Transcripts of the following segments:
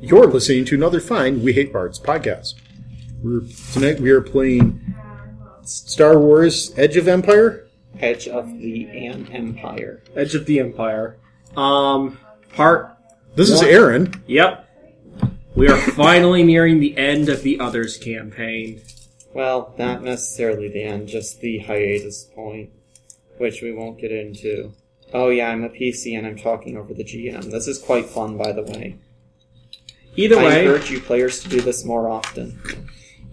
You're listening to another fine We Hate Bards podcast. We're, tonight we are playing Star Wars Edge of Empire. Hedge of the An Empire. Edge of the Empire. Um, part. This is What? Aaron. Yep. We are finally nearing the end of the Others campaign. Well, not necessarily the end, just the hiatus point, which we won't get into. Oh yeah, I'm a PC and I'm talking over the GM. This is quite fun, by the way. Either I way, encourage you players to do this more often.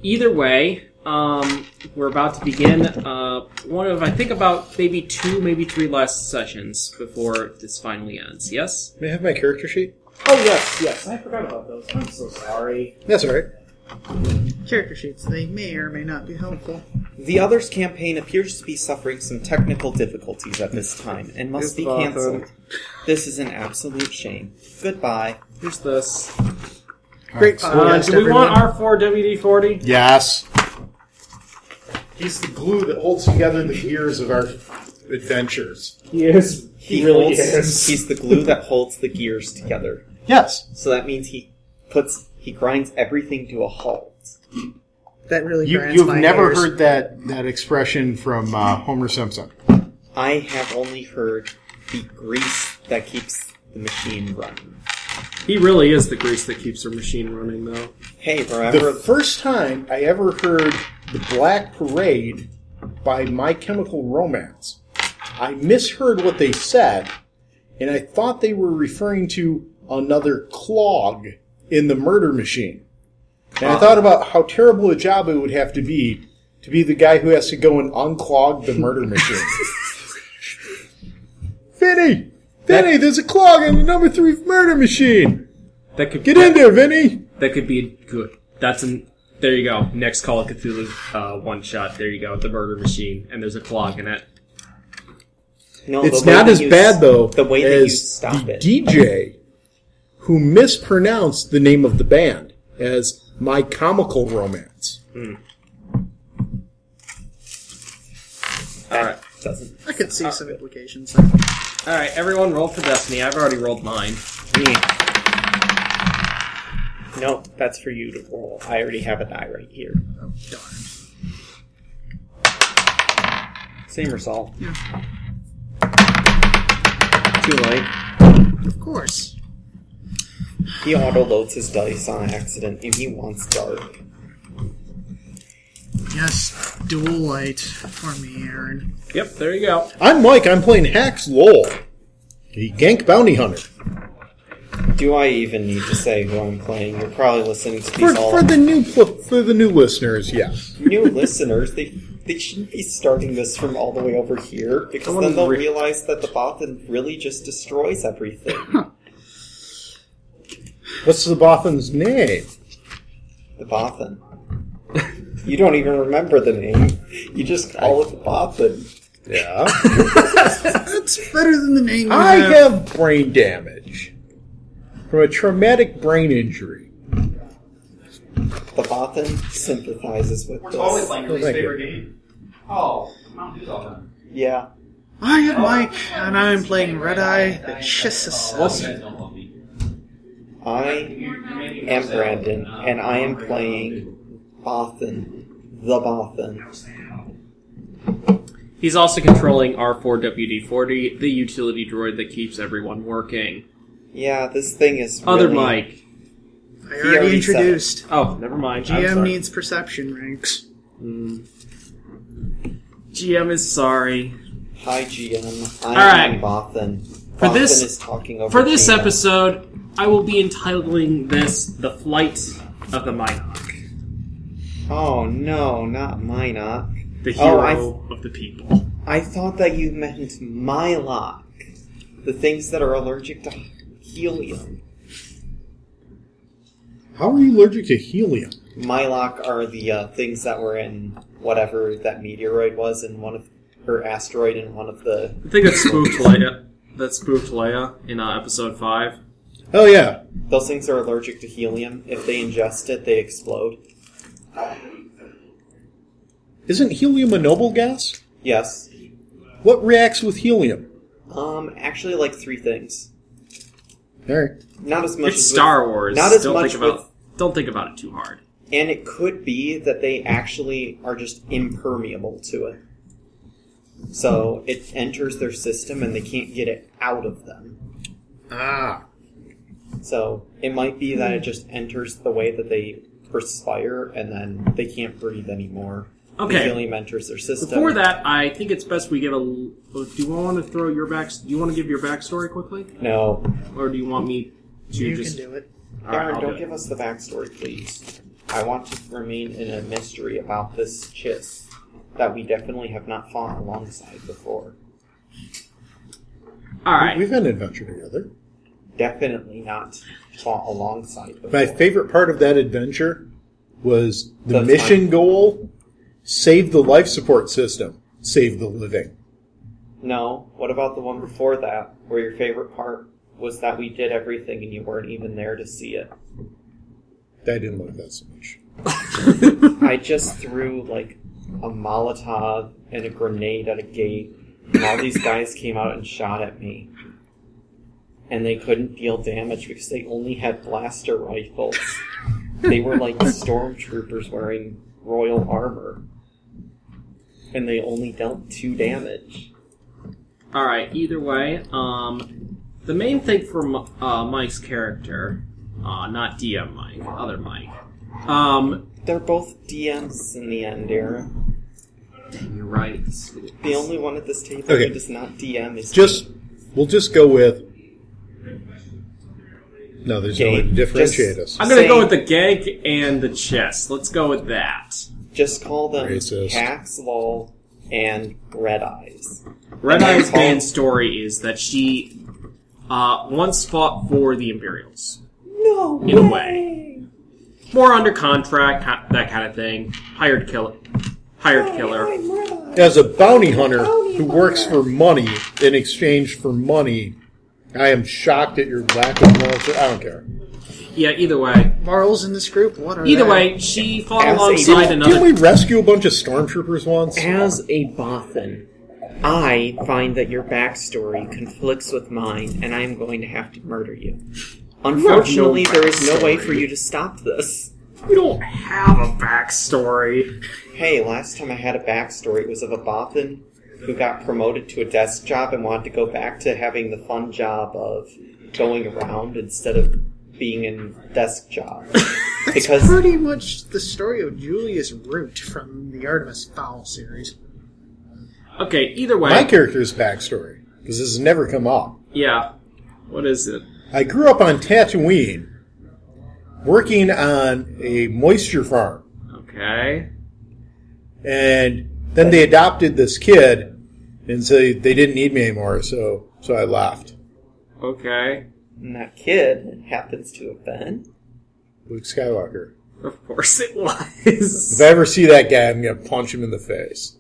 either way, um, we're about to begin uh, one of I think about maybe two, maybe three last sessions before this finally ends. Yes. May I have my character sheet? Oh yes, yes. I forgot about those. I'm so sorry. That's all right. Character sheets, they may or may not be helpful. The Others campaign appears to be suffering some technical difficulties at this time and must be Goodbye. cancelled. This is an absolute shame. Goodbye. Here's this. Great Oh, Uh, podcast. do we want everyone. R four WD forty? Yes. He's the glue that holds together the gears of our adventures. He is. He, really holds, is. He's the glue that holds the gears together. Yes. So that means he puts he grinds everything to a halt. that really You, grinds you've my never gears. heard that, that expression from uh, Homer Simpson. I have only heard the grease that keeps the machine running. He really is the grease that keeps our machine running, though. Hey, remember? The first time I ever heard The Black Parade by My Chemical Romance, I misheard what they said, and I thought they were referring to another clog in the murder machine. And I thought about how terrible a job it would have to be to be the guy who has to go and unclog the murder machine. Vinny! Vinny, there's a clog in the number three murder machine! That could Get in there, Vinny! That could be good. That's an. There you go. Next Call of Cthulhu uh, one shot. There you go. The murder machine, and there's a clog in it. no, the It's way not that as you- bad though The way that you as stop the it. DJ who mispronounced the name of the band as My Comical Romance. All right, doesn't. I could see Uh, some implications. Oh, there. all right. Everyone, roll for destiny. I've already rolled mine. No, that's for you to roll. I already have a die right here. Oh, darn. Same result. Yeah. Too late. Of course. He auto loads his dice on accident, and he wants dark. Yes, dual light for me, Aaron. Yep. There you go. I'm Mike, I'm playing Hacks Lowell, the gank bounty hunter. Do I even need to say who I'm playing? You're probably listening to For, these all for the new pl- for the new listeners, yes. new listeners. They they shouldn't be starting this from all the way over here because then they'll realize that the Bothan really just destroys everything. What's the Botham's name? the Bothan. You don't even remember the name. You just call it the Bothan. Yeah. That's better than the name. you I have. have brain damage from a traumatic brain injury. The Bothan sympathizes with this. Thank you. game. Oh, Mountain Dew's all done. yeah. I am Mike, and I'm playing Red Eye that Chisses. You guys don't love me. I am Brandon, and I am playing Bothan. The Bothan. He's also controlling R four WD forty, the utility droid that keeps everyone working. Yeah, this thing is Other really- Mike. I already already said it. introduced. Oh, never mind. E I'm GM sorry. needs perception ranks. GM is sorry. Hi, GM. I'm Alright. Bothan. For Bothan this- is talking over For this Gina. episode, I will be entitling this "The Flight of the Minok," Oh no, not Minoc. the Oh, hero of the people. I thought that you meant Mylock. The things that are allergic to helium. How are you allergic to helium? Mylock are the uh, things that were in whatever that meteoroid was in one of or asteroid in one of the I think that spooked Leia. That spooked Leia in uh, episode five. Oh yeah. Those things are allergic to helium. If they ingest it, they explode. Isn't helium a noble gas? Yes. What reacts with helium? Um, actually, like three things. All right. Not as much. It's as with- Star Wars. Not as don't much think about. with- Don't think about it too hard. and it could be that they actually are just impermeable to it. So it enters their system and they can't get it out of them. Ah. So it might be that it just enters the way that they perspire and then they can't breathe anymore. Okay. The helium enters their system. Before that, I think it's best we give a. l- oh, Do you want to throw your back? Do you want to give your backstory quickly, No. or do you want me to You just? can do it. All right, Aaron, I'll don't do it. give us the backstory, please. I want to remain in a mystery about this chiss that we definitely have not fought alongside before. All right. We've had an adventure together. Definitely not fought alongside before. My favorite part of that adventure was the That's mission fine. goal save the life support system, save the living. No. What about the one before that, where your favorite part was that we did everything and you weren't even there to see it? I didn't like that so much. I just threw like a Molotov and a grenade at a gate, and all these guys came out and shot at me. And they couldn't deal damage because they only had blaster rifles. They were like stormtroopers wearing royal armor. And they only dealt two damage. All right. Either way, um, the main thing for Mi- uh, Mike's character, uh, not DM Mike, other Mike. Um, They're both DMs in the end, Aaron. you're right. The only one at this table Okay. that is not DM is Just, we'll just go with. No, there's no way to Game. differentiate Just- us. I'm gonna Say- go with the gank and the chest. Let's go with that. just call them Racist. Cax Lol and Red Eyes. Red Eye's Paul. main story is that she uh, once fought for the Imperials. No. In a way. More under contract, ha- that kind of thing. Hired killer. Hired killer. As a bounty hunter who works for money in exchange for money, I am shocked at your lack of knowledge. I don't care. Yeah, either way. Morals in this group, what are Either they? way, she fought As a- alongside Didn't- another. Didn't we rescue a bunch of stormtroopers once? As a Bothan, I find that your backstory conflicts with mine, and I am going to have to murder you. Unfortunately, there is no way for you to stop this. we don't have a backstory. Hey, last time I had a backstory, it was of a Bothan who got promoted to a desk job and wanted to go back to having the fun job of going around instead of being in desk job. because Pretty much the story of Julius Root from the Artemis Fowl series. Okay, either way. My character's backstory, because this has never come up. yeah. What is it? I grew up on Tatooine, working on a moisture farm, Okay. and then they adopted this kid, and so they didn't need me anymore, so so I left. Okay. and that kid happens to have been Luke Skywalker. Of course it was. If I ever see that guy, I'm gonna punch him in the face.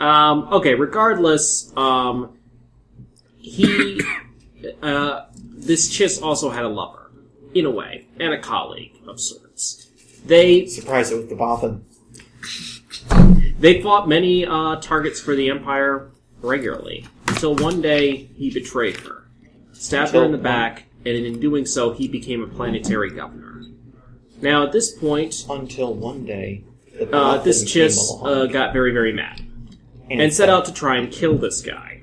Um, okay, regardless, um, he, uh, this Chiss also had a lover, in a way, and a colleague of sorts. They, surprised with the Bothan. they fought many, uh, targets for the Empire regularly, until one day he betrayed her, stabbed her in the back, and in doing so, he became a planetary governor. Now, at this point, Until one day, the uh, this Bothan came Chiss, uh, along got very, very mad. and set out to try and kill this guy.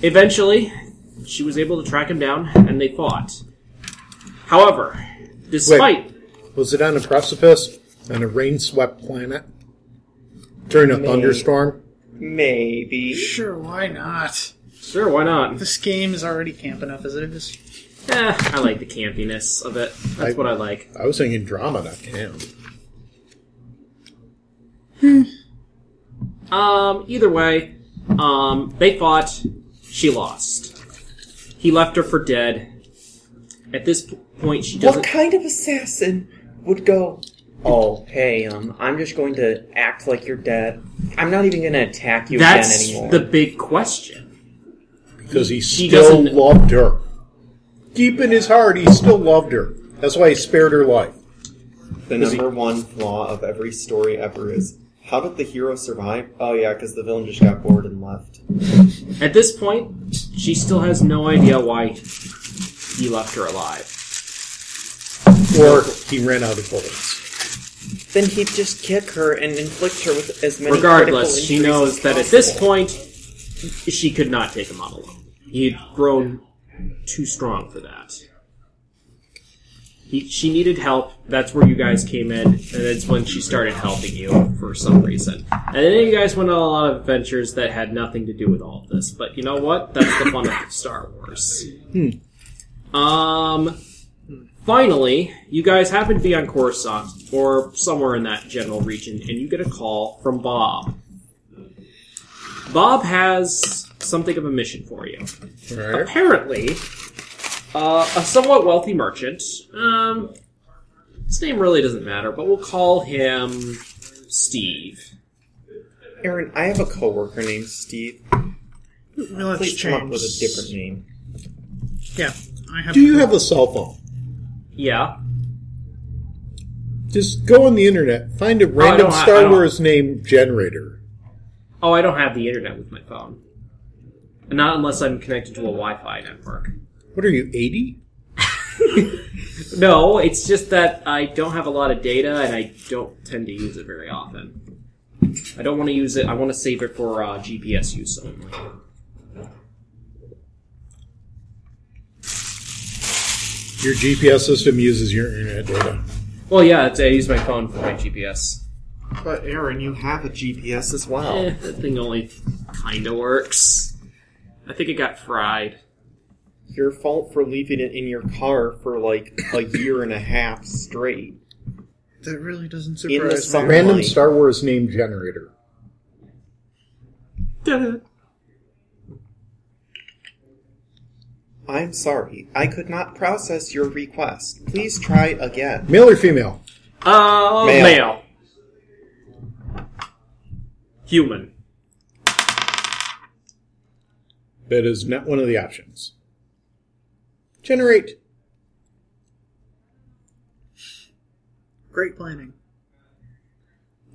Eventually, she was able to track him down, and they fought. However, despite Was it on a precipice on a rain-swept planet during a thunderstorm? Maybe. Sure, why not? sure, why not? This game is already camp enough as it is. Eh, I like the campiness of it. That's I- what I like. I was thinking drama, not camp. Um, either way, um, they fought. She lost. He left her for dead. At this p- point, she What doesn't. kind of assassin would go? Oh, hey, um, I'm just going to act like you're dead. I'm not even going to attack you That's again anymore. the big question. because he He still doesn't- loved her. Deep in his heart, he still loved her. That's why he spared her life. The number one flaw of every story ever is how did the hero survive? Oh yeah, because the villain just got bored and left. At this point, she still has no idea why he left her alive. Or he ran out of bullets. Then he'd just kick her and inflict her with as many. Regardless, critical she injuries knows as that at this possible. point, she could not take him on alone. He had grown too strong for that. He, she needed help. That's where you guys came in, and that's when she started helping you for some reason. And then you guys went on a lot of adventures that had nothing to do with all of this. But you know what? That's the fun of Star Wars. Um. Finally, you guys happen to be on Coruscant or somewhere in that general region, and you get a call from Bob. Bob has something of a mission for you. Alright. Apparently, uh, a somewhat wealthy merchant. Um, his name really doesn't matter, but we'll call him Steve. Aaron, I have a coworker named Steve. Well, that's Please come up with a changed. different name. Yeah, I have. Do you have a cell phone? Yeah. Just go on the internet, find a Oh, I random don't- I- I Star don't- Wars name generator. Oh, I don't have the internet with my phone. Not unless I'm connected to a Wi-Fi network. What are you, 80? No, it's just that I don't have a lot of data and I don't tend to use it very often. I don't want to use it. I want to save it for uh, GPS use only. Your GPS system uses your internet data. Well, yeah, it's, I use my phone for my GPS. But Aaron, you have a GPS as well. Eh, that thing only kind of works. I think it got fried. Your fault for leaving it in your car for like a year and a half straight. That really doesn't the surprise me. summer- Random Really? Star Wars name generator. Uh, I'm sorry, I could not process your request. Please try again. Male or female? Uh, Male. male. Human. That is not one of the options. Generate. Great planning.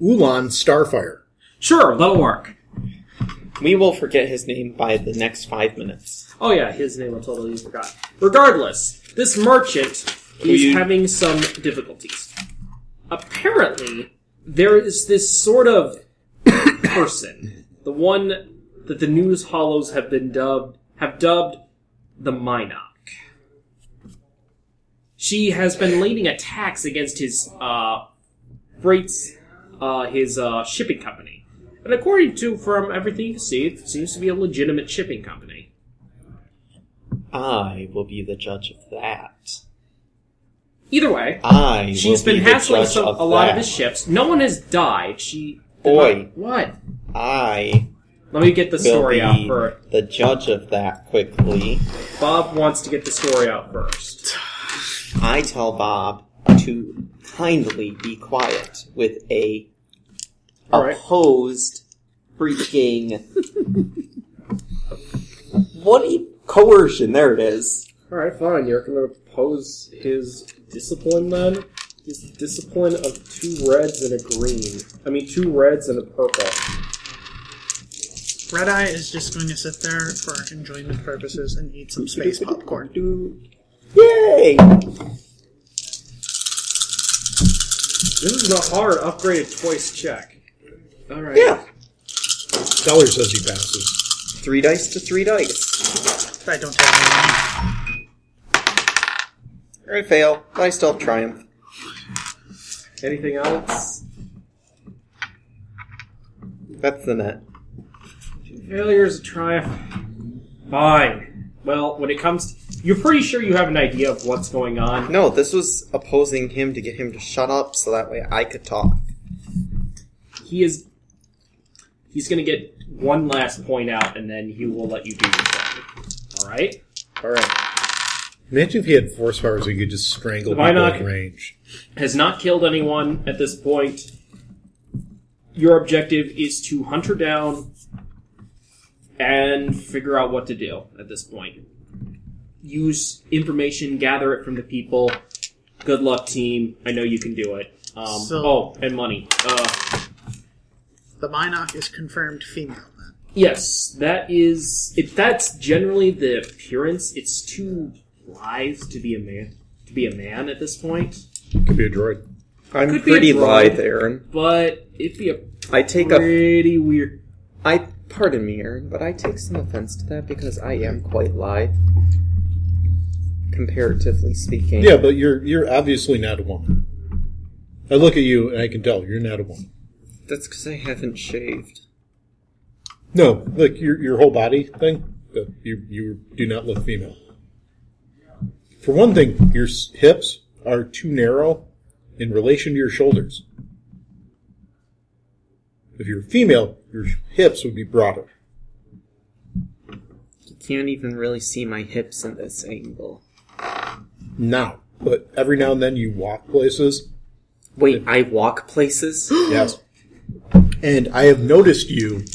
Ulan Starfire. Sure, that'll work. We will forget his name by the next five minutes. Oh yeah, his name I totally forgot. Regardless, this merchant is you- having some difficulties. Apparently, there is this sort of person, the one that the news hollows have been dubbed have dubbed the Minoc. She has been leading attacks against his uh, freights, uh, his uh, shipping company, and according to from everything you can see, it seems to be a legitimate shipping company. I will be the judge of that. Either way, I. she's will be been the hassling judge some, of a lot of that. his ships. No one has died. She. Boy. What? I Let me get the will story out be first. the judge of that quickly. Bob wants to get the story out first. I tell Bob to kindly be quiet with a All right. opposed freaking what do you- coercion? There it is. Alright, fine. You're going to oppose his discipline then? His discipline of two reds and a green. I mean, two reds and a purple. Red Eye is just going to sit there for enjoyment purposes and eat some space popcorn. Yay! This is a hard upgraded twice check. Alright. Yeah, Seller says he passes. three dice to three dice. I don't have I fail. I still triumph. Anything else? That's the net. Failure is a triumph. Fine. Well, when it comes to. You're pretty sure you have an idea of what's going on. No, this was opposing him to get him to shut up, so that way I could talk. He is. He's gonna get one last point out, and then he will let you do your thing. Alright? Alright. Imagine if he had force powers he could just strangle Why people not? at range. Has not killed anyone at this point. Your objective is to hunt her down and figure out what to do at this point. Use information, gather it from the people. Good luck, team. I know you can do it. Um, So- oh, and money. Uh, any. The Minoc is confirmed female. Then. Yes, that is. If that's generally the appearance, it's too lies to be a man to be a man at this point, Could be a droid. I'm Could be a Pretty droid. lithe, Aaron. but it'd be a I take a. pretty weird. I pardon me, Aaron, but I take some offense to that because I am quite lithe, comparatively speaking. Yeah, but you're you're obviously not a woman. I look at you and I can tell you're not a woman. That's because I haven't shaved. No, like your your whole body thing. that You you do not look female. For one thing, your s- hips are too narrow in relation to your shoulders. If you're female, your hips would be broader. You can't even really see my hips in this angle. Now, but every now and then you walk places. Wait, I walk places? Yes. And I have noticed you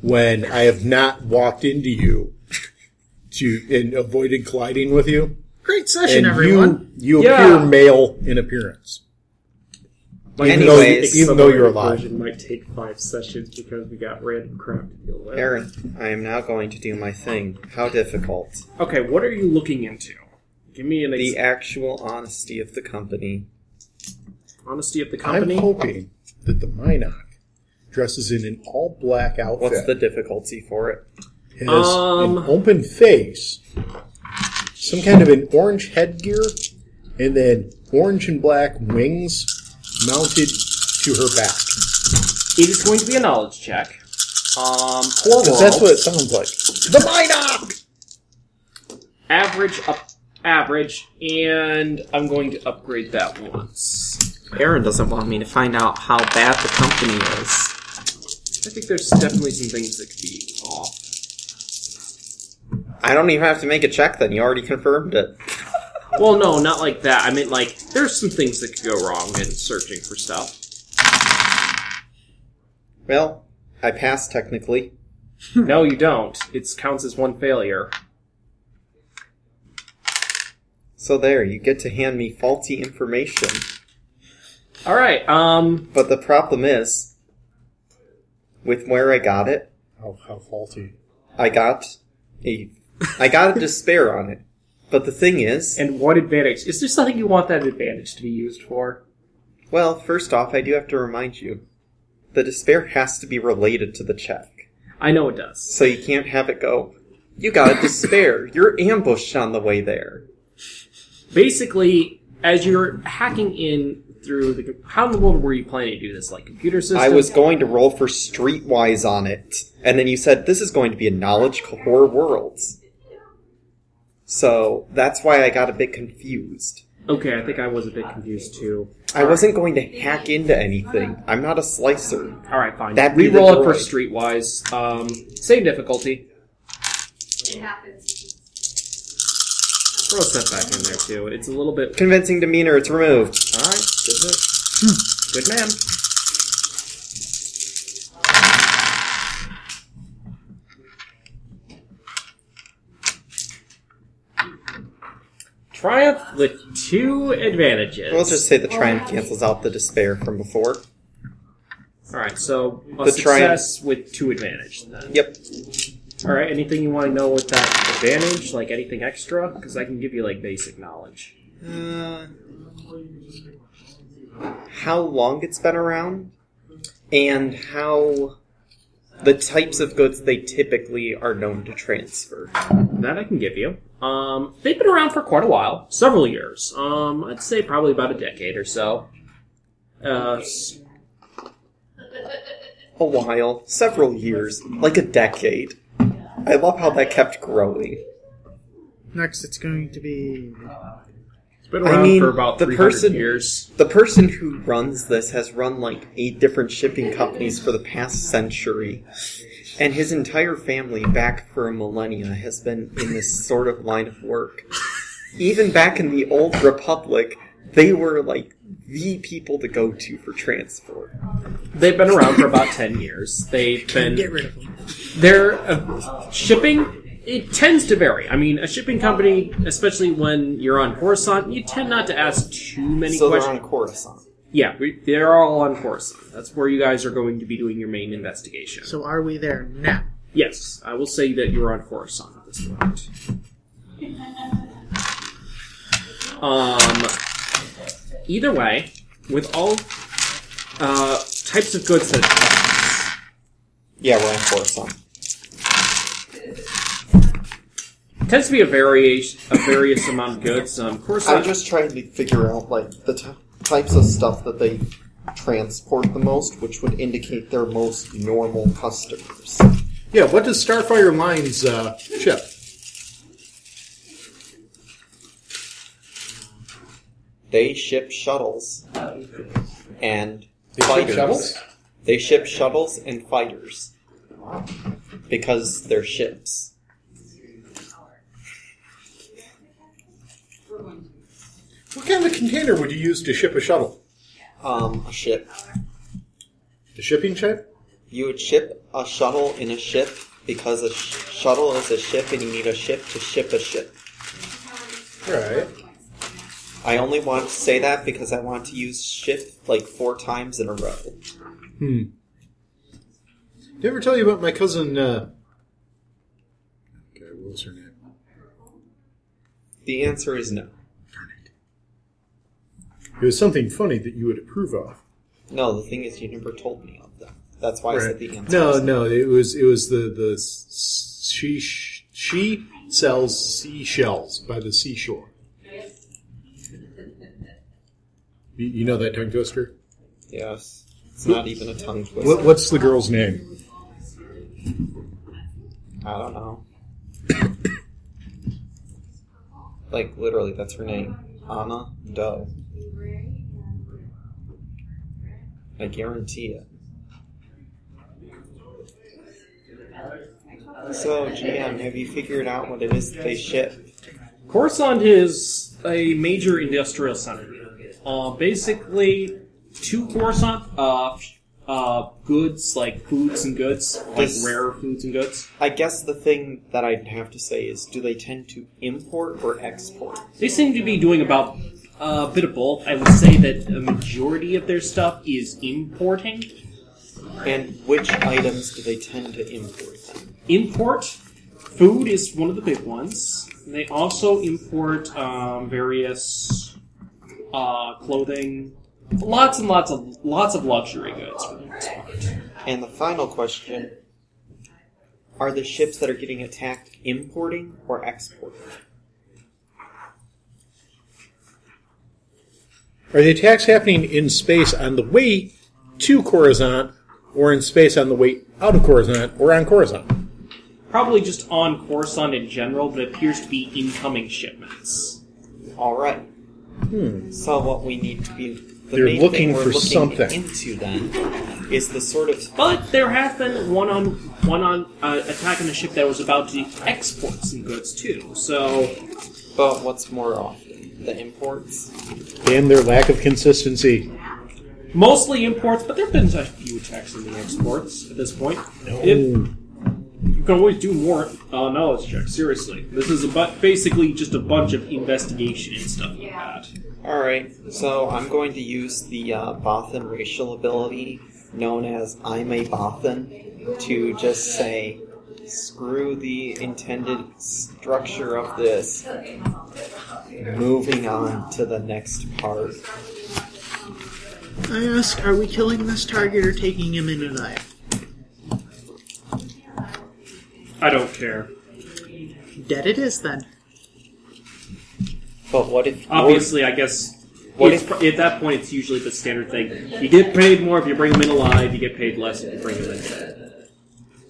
when I have not walked into you to and avoided colliding with you. Great session, And everyone. you you Yeah. appear male in appearance. Even though- Anyways, even though you're alive. version might take five sessions because we got random crap to deal with. Aaron, I am now going to do my thing. How difficult. Okay, what are you looking into? Give me an The ex- actual honesty of the company. honesty of the I'm company. hoping that the Minok dresses in an all black outfit, What's the difficulty for it? has Um, an open face, some kind of an orange headgear, and then orange and black wings mounted to her back. It is going to be a knowledge check. Um, poor Because world. that's what it sounds like. The Minok! average up, average, and I'm going to upgrade that once. Aaron doesn't want me to find out how bad the company is. I think there's definitely some things that could be off. I don't even have to make a check then. You already confirmed it. Well, no, not like that. I mean, like there's some things that could go wrong in searching for stuff. Well, I passed technically. Hmm. no, you don't. It counts as one failure. So there, you get to hand me faulty information. All right. Um, But the problem is, with where I got it, How, how faulty. I got a, I got a despair on it. But the thing is, and what advantage? Is there something you want that advantage to be used for? well, first off, I do have to remind you, the despair has to be related to the check. I know it does. So you can't have it go, you got a despair, you're ambushed on the way there. Basically, as you're hacking in through the, how in the world were you planning to do this? Like computer system? I was going to roll for Streetwise on it, and then you said this is going to be a knowledge core worlds. So that's why I got a bit confused. Okay, I think I was a bit confused too. I wasn't going to hack into anything. I'm not a slicer. All right, fine. That'd be the Reroll it for droid. Streetwise. Um, same difficulty. It happens. Throw that back in there too. It's a little bit. Convincing demeanor, it's removed. All right, good man. Good man. Triumph with two advantages. We'll just say the triumph cancels out the despair from before. All right, so a The triumph. success with two advantage. Then. Yep. All right. Anything you want to know with that advantage? Like anything extra? Because I can give you like basic knowledge. Uh, how long it's been around, and how the types of goods they typically are known to transfer. That I can give you. Um, they've been around for quite a while, several years. Um, I'd say probably about a decade or so. Uh, s- a while, several years, like a decade. I love how that kept growing. Next, it's going to be it's been I around mean, for about the 300 person- years. The person who runs this has run like eight different shipping companies for the past century, and his entire family, back for a millennia, has been in this sort of line of work. Even back in the old republic, they were like the people to go to for transport. They've been around for about 10 years. They've been get rid of them. Their uh, shipping it tends to vary. I mean, a shipping company, especially when you're on Coruscant, you tend not to ask too many so they're questions. on Coruscant. Yeah, we, they're all on Coruscant. That's where you guys are going to be doing your main investigation. So are we there now? yes, I will say that you're on Coruscant at this point. Um, either way, with all uh, types of goods that Yeah, we're on four some. tends to be a variation, a various amount of goods. Um, of course, I'm just trying to figure out like the t- types of stuff that they transport the most, which would indicate their most normal customers. Yeah, what does Starfire Lines uh, ship? They ship shuttles and They ship fighters. shuttles? They ship shuttles and fighters because they're ships. What kind of container would you use to ship a shuttle? Um, a ship. The shipping ship? You would ship a shuttle in a ship because a sh- shuttle is a ship, and you need a ship to ship a ship. Right. I only want to say that because I want to use ship like four times in a row. Did I ever tell you about my cousin? Uh... Okay, what was her name? The answer is no. It was something funny that you would approve of. No, the thing is, you never told me of them. That's why I said the answer. No, is no, it was it was the the s- s- she sh- she sells seashells by the seashore. You, you know that tongue twister. Yes. It's not even a tongue twister. What, what's the girl's name? I don't know. like literally, that's her name, Anna Doe. I guarantee it. So, GM, have you figured out what it is that they ship? Coruscant is a major industrial center. Uh, basically, to Coruscant, uh, f- uh, goods like foods and goods, like Does- rare foods and goods. I guess the thing that I'd have to say is, do they tend to import or export? They seem to be doing about a bit of both. I would say that a majority of their stuff is importing. And which items do they tend to import? Import food is one of the big ones. They also import um, various uh, clothing, lots and lots of lots of luxury goods. For the most part. And the final question are the ships that are getting attacked importing or exporting? Are the attacks happening in space on the way to Coruscant, or in space on the way out of Coruscant, or on Coruscant? Probably just on Coruscant in general, but it appears to be incoming shipments. All right. So what we need to be the They're main looking thing we're for looking something. into then is the sort of But there has been one on one on uh, attack on a ship that was about to export some goods too. So but what's more often the imports. And their lack of consistency. mostly imports, but there have been a few attacks on the exports at this point. If- you can always do more uh, knowledge checks. Seriously, this is a bu- basically just a bunch of investigation and stuff like that. All right. So I'm going to use the uh, Bothan racial ability known as I'm a Bothan to just say screw the intended structure of this. Moving on to the next part. I ask, are we killing this target or taking him in a knife? I don't care. Dead it is then. But what if Obviously, I guess. What it's pr- at that point, it's usually the standard thing. You get paid more if you bring them in alive. You get paid less if you bring them in dead.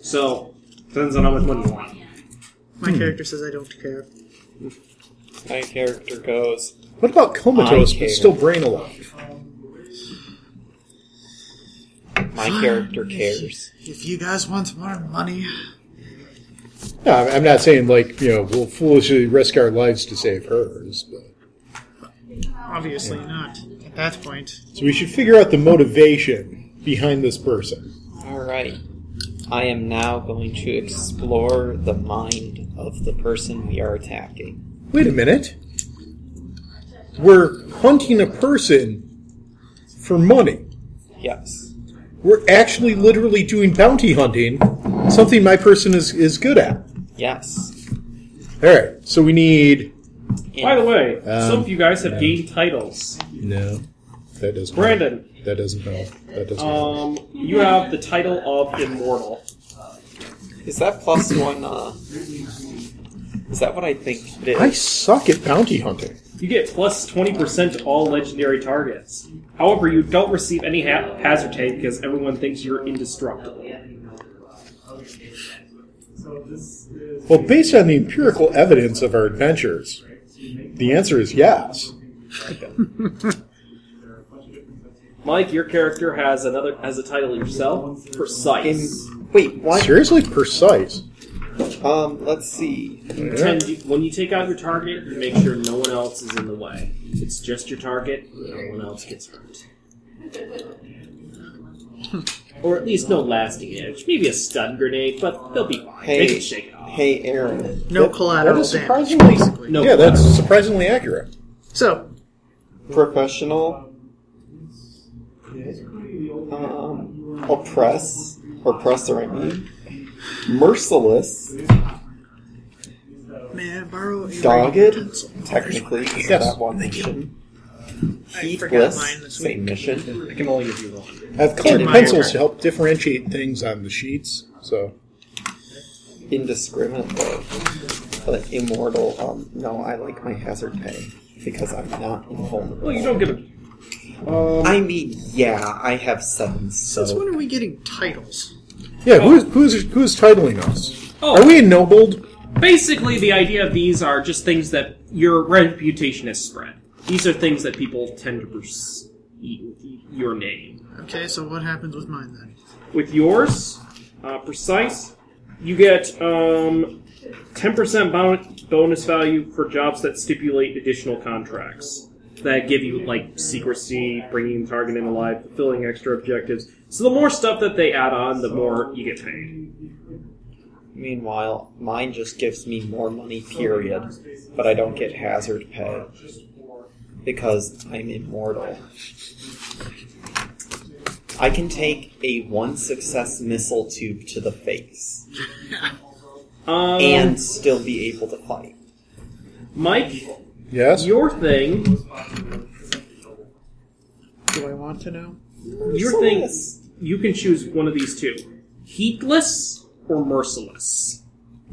So depends on how much money you want. My Hmm. character says I don't care. my character goes? What about comatose I but care. still brain alive? My character cares. If you guys want more money, No, I'm- I'm not saying like you know we'll foolishly risk our lives to save hers, but. obviously not. At that point, So we should figure out the motivation behind this person. All right. I am now going to explore the mind of the person we are attacking. Wait a minute. We're hunting a person for money. Yes. We're actually literally doing bounty hunting, something my person is, is good at. Yes. All right, so we need By the way, Um, some of you guys have gained titles. No, that doesn't. Brandon, Help. That doesn't help. That doesn't. help. um, you have the title of immortal. Is that plus one? Uh, is that what I think it is? I suck at bounty hunting. You get plus 20% to all legendary targets. However, you don't receive any ha- hazard take because everyone thinks you're indestructible. Well, based on the empirical evidence of our adventures, the answer is yes. Mike, your character has another has a title yourself, In, precise. wait, what? Seriously, precise. Um, let's see. You Yeah. tend to- when you take out your target, you make sure no one else is in the way. It's just your target; no one else gets hurt, or at least no lasting damage. Maybe a stun grenade, but they'll be fine. Hey. They can shake it off. Hey, Aaron. No That- collateral that is damage, surprisingly- basically. No, yeah, that's surprisingly accurate. So, Professional. Um, oppress. Oppressor, I mean. Merciless. may I borrow a Dogged. pencil? Technically, is Yes. that one mission? I forgot mine Heedless, this week. Same mission. I can only give you one. I have colored Yeah, pencils minor. to help differentiate things on the sheets. So Indiscriminate, though. But immortal. Um, no, I like my hazard pay because I'm not invulnerable. Well, you don't get a I mean, yeah, I have seven. So Since when are we getting titles? yeah, who's who's who's titling us? Oh. Are we ennobled? Basically, the idea of these are just things that your reputation has spread. These are things that people tend to perceive your name. Okay, so what happens with mine then? with yours, uh, precise. You get um, 10% bon- bonus value for jobs that stipulate additional contracts that give you like secrecy, bringing the target in alive, fulfilling extra objectives. So the more stuff that they add on, the more you get paid. Meanwhile, mine just gives me more money, period. But I don't get hazard pay because I'm immortal. I can take a one success missile tube to the face Um, and still be able to fight. Mike, Yes. your thing, Do I want to know? your thing, Merciless. you can choose one of these two: heedless or merciless.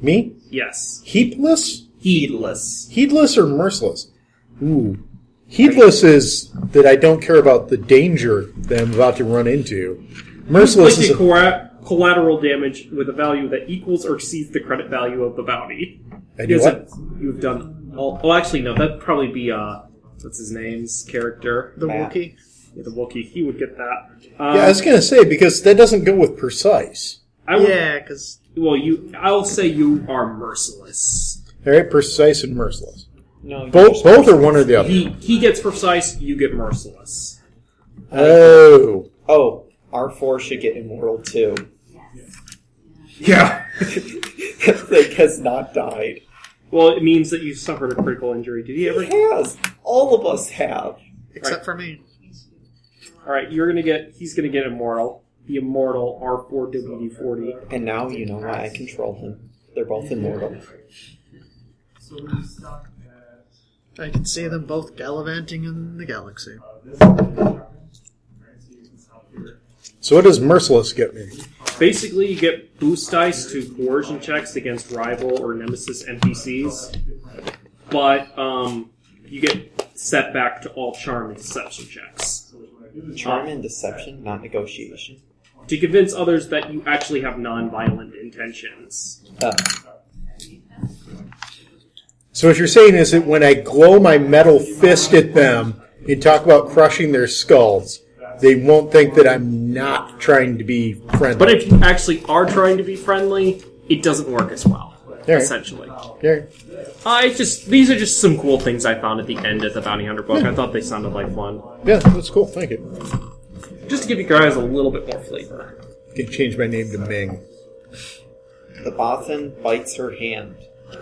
Me? Yes, Heedless? heedless. Heedless or merciless? Ooh. Heedless is that I don't care about the danger that I'm about to run into. Merciless is inflicted a, colla- collateral damage with a value that equals or exceeds the credit value of the bounty. I do Because what? You've done. All, oh, actually, no. That'd probably be uh, what's his name's character, The Matt. Wookiee? yeah, the Wookiee. He would get that. Um, Yeah, I was gonna say because that doesn't go with precise. I would, Yeah, because Well, you. I'll say you are merciless. All right, precise and merciless. No, you Both just- both are one or the other. He he gets precise. You get merciless. Oh, Oh, R four should get immortal too. yeah. Lake has not died. Well, it means that you suffered a critical injury. Did he ever? He has. All of us have. except for me. All right, you're gonna get. He's gonna get immortal. The immortal R four WD forty. And now you know why I control him. They're both immortal. I can see them both gallivanting in the galaxy. So what does merciless get me? Basically, you get boost dice to coercion checks against rival or nemesis NPCs, but um, you get setback to all charm and deception checks Charm and deception, not negotiation. to convince others that you actually have non-violent intentions. Uh, So what you're saying is that when I glow my metal fist at them and talk about crushing their skulls, they won't think that I'm not trying to be friendly. But if you actually are trying to be friendly, it doesn't work as well. There. Essentially, There. I just these are just some cool things I found at the end of the Bounty Hunter book. I thought they sounded like fun, Yeah, that's cool. Thank you. just to give you guys a little bit more flavor. Can change my name to Ming. the Bothan bites her hand.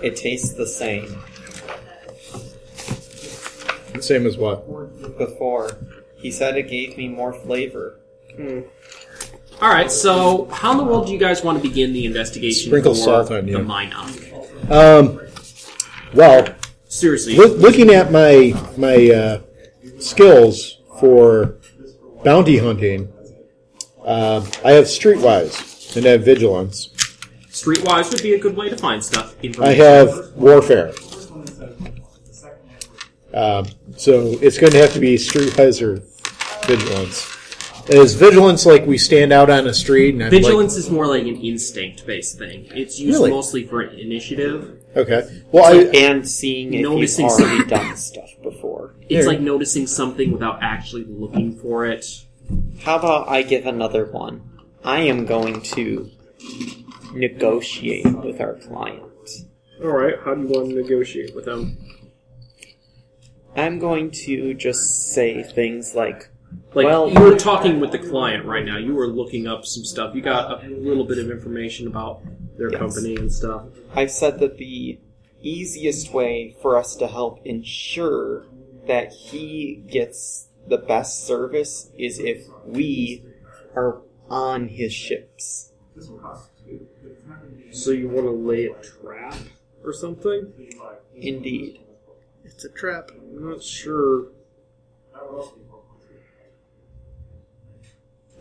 It tastes the same. Same as what? Before, he said it gave me more flavor. All right, so how in the world do you guys want to begin the investigation Sprinkle for salt on you. the Minok? Um, well, Seriously, Look, looking at my my uh, skills for bounty hunting, uh, I have Streetwise and I have Vigilance. Streetwise would be a good way to find stuff. I Information. have Warfare. Um, so it's going to have to be Streetwise or Vigilance. Is Vigilance like we stand out on a street and I'm like- Vigilance is more like an instinct-based thing. It's used Really? mostly for initiative. okay. Well, I, and seeing if you've Noticing already some- done stuff before. It's There. like noticing something without actually looking for it. How about I give another one? I am going to negotiate with our client. All right, how do you want to negotiate with them? I'm going to just say things like, Like Well- you were talking with the client right now. You were looking up some stuff. You got a little bit of information about their Yes. company and stuff. I've said that the easiest way for us to help ensure that he gets the best service is if we are on his ships. So you want to lay a trap or something? Indeed. It's a trap. I'm not sure.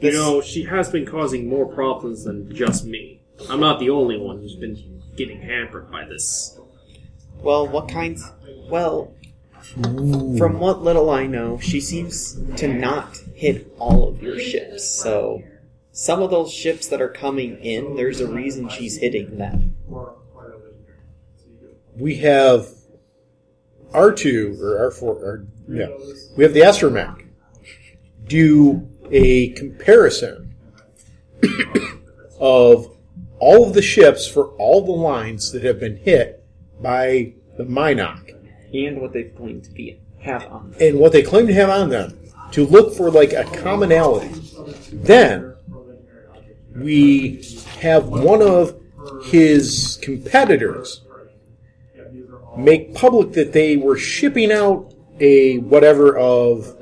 This- You know, she has been causing more problems than just me. I'm not the only one who's been getting hampered by this. Well, what kinds? Well, from what little I know, she seems to not hit all of your ships. So, some of those ships that are coming in, there's a reason she's hitting them. we have R2 or R4 or yeah. We have the astromech. Do a comparison of all of the ships for all the lines that have been hit by the Minoc and what they've claimed to be have on them. and what they claim to have on them to look for like a commonality. Then we have one of his competitors make public that they were shipping out a whatever of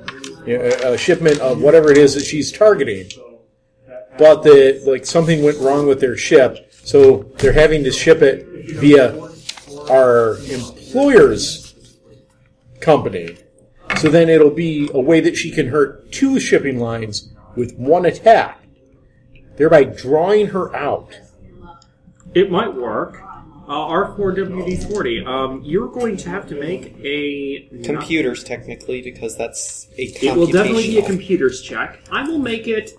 you know, a a shipment of whatever it is that she's targeting, but that like something went wrong with their ship, so they're having to ship it via our employer's company. So then it'll be a way that she can hurt two shipping lines with one attack, thereby drawing her out. It might work. Uh, R4WD40, um, you're going to have to make a. Computers, technically, because that's a computational. It will definitely be a computers check. I will make it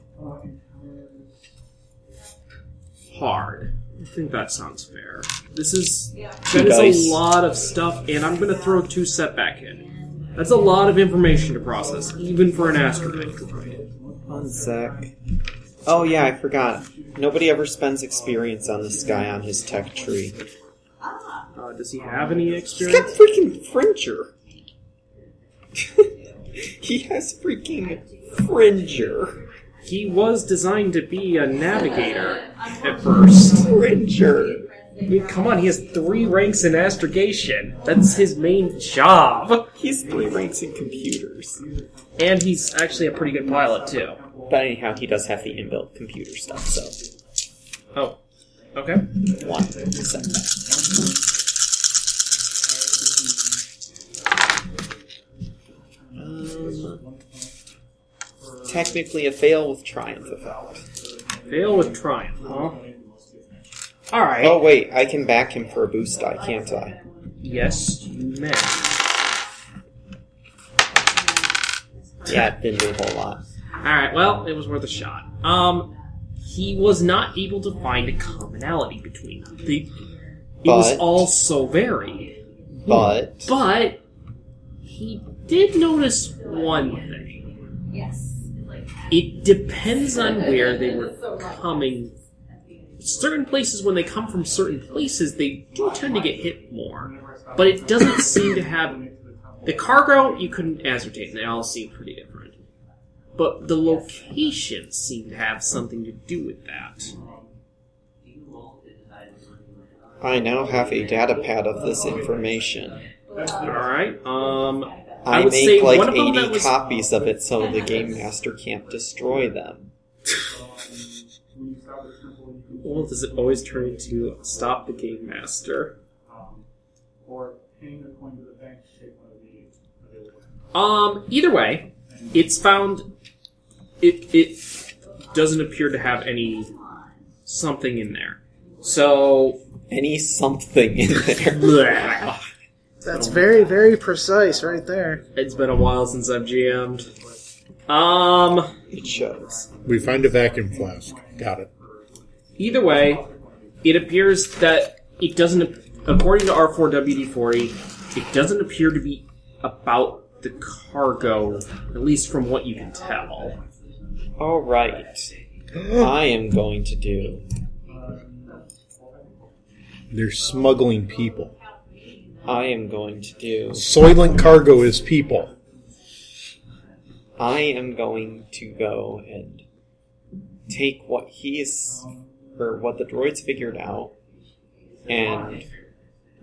hard. I think that sounds fair. This is that is dice. a lot of stuff, and I'm going to throw two setback in. That's a lot of information to process, even for an astronaut. One sec. Oh yeah, I forgot. Nobody ever spends experience on this guy on his tech tree. Uh, does he have any He's got experience? freaking Fringer. he has freaking Fringer. He was designed to be a navigator at first. Fringer. I mean, come on, he has three ranks in astrogation. That's his main job. He's three ranks in computers. And he's actually a pretty good pilot, too. But anyhow, he does have the inbuilt computer stuff, so Oh. Okay. one setback. Um, technically a fail with triumph if I Fail with triumph, huh? Alright. Oh wait, I can back him for a boost die, can't I? Yes, you may. Yeah, it didn't do a whole lot. Alright, well, it was worth a shot. Um, he was not able to find a commonality between them. The, it was But- all so varied. But But, he did notice one thing. Yes. It depends on where they were coming. Certain places, when they come from certain places, they do tend to get hit more. But it doesn't seem to have. The cargo, you couldn't ascertain. They all seem pretty different. But the locations seem to have something to do with that. I now have a data pad of this information. Alright, um. I, I would say make like one of them that 80 was- copies of it so the game master can't destroy them. Well, does it always turn into stop the game master? paying their coin to the bank to take one of the available. Um, either way, it's found. It it doesn't appear to have any something in there. So Any something in there. bleh. That's very, very precise right there. it's been a while since I've GM'd. Um, It shows. We find a vacuum flask. Got it. either way, it appears that it doesn't. According to R4WD40, it doesn't appear to be about the cargo, at least from what you can tell. All right. I am going to do. They're smuggling people. I am going to do. Soylent Cargo is people. I am going to go and take what he's or what the droids figured out and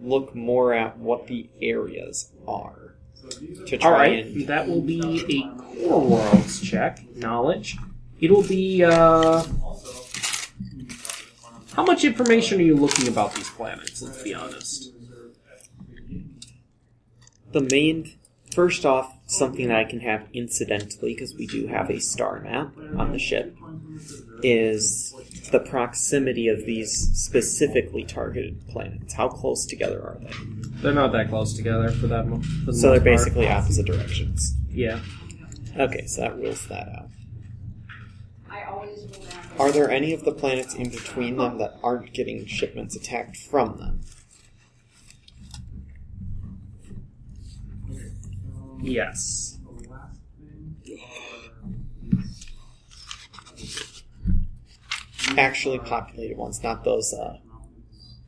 look more at what the areas are to try All right, and that will be a core worlds check knowledge. It'll be uh, how much information are you looking about these planets? Let's be honest. the main first off something that I can have incidentally because we do have a star map on the ship is the proximity of these specifically targeted planets. How close together are they? They're not that close together for that. mo- For the So they're most part. basically opposite directions. yeah. Okay, so that rules that out. I always remember. Are there any of the planets in between them that aren't getting shipments attacked from them? Yes. The last thing are these Actually populated ones, not those uh, mountains.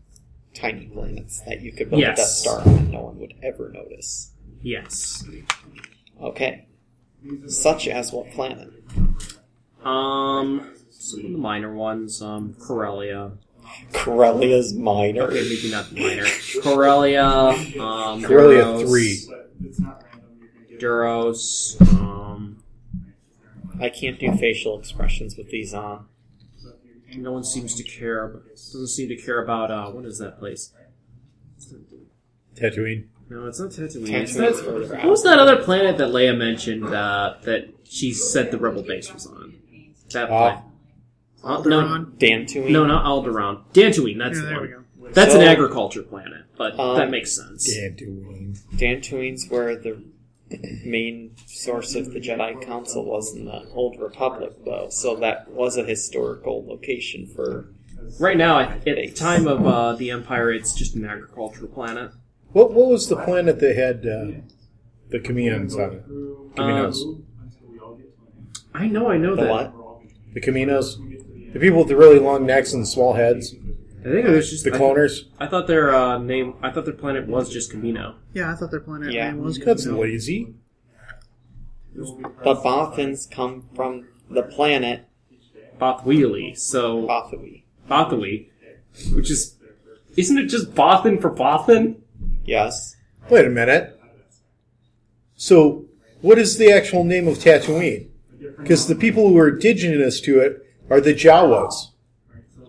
tiny planets that you could build Yes. a Death Star on and no one would ever notice. Yes. Okay. Such as what planet? Um, some of the minor ones. Um, Corellia. Corellia's Minor. Okay, maybe not the minor. Corellia. Um, Corellia Duros, three. But it's not random. You can get Duros. Um, I can't do facial expressions with these on. so if you no one seems to care. Doesn't seem to care about uh, what is that place? Tatooine. No, it's not Tatooine. It's Tatooine that- is further What out. was that other planet that Leia mentioned uh, that she said the rebel base was on? That planet. Uh, no, Dantooine. no, not Alderaan. Dantooine. That's Yeah, the there we one. go. That's an So- agriculture planet, but Um, that makes sense. Tatooine. Dantooine's where the main source of the Jedi Council was in the Old Republic, though, so that was a historical location for. Right now, at at the time of uh, the Empire, it's just an agricultural planet. What what was the planet that had uh, the Caminos on it? through Caminos. until we all get to an end, I know, I know The that. what? we're all gonna- The Caminos. we get to the The end. people with the really long necks and small heads. I think it was just The I- cloners. I, thought their uh, name. I thought their planet was just Camino. Yeah, I thought their planet Yeah. name was That's Camino. lazy. The Bothans come from the planet Bothwheelie. So Bothui. Bothowie, which is isn't it just Bothan for Bothan? Yes. Wait a minute. So, what is the actual name of Tatooine? Because the people who are indigenous to it are the Jawas.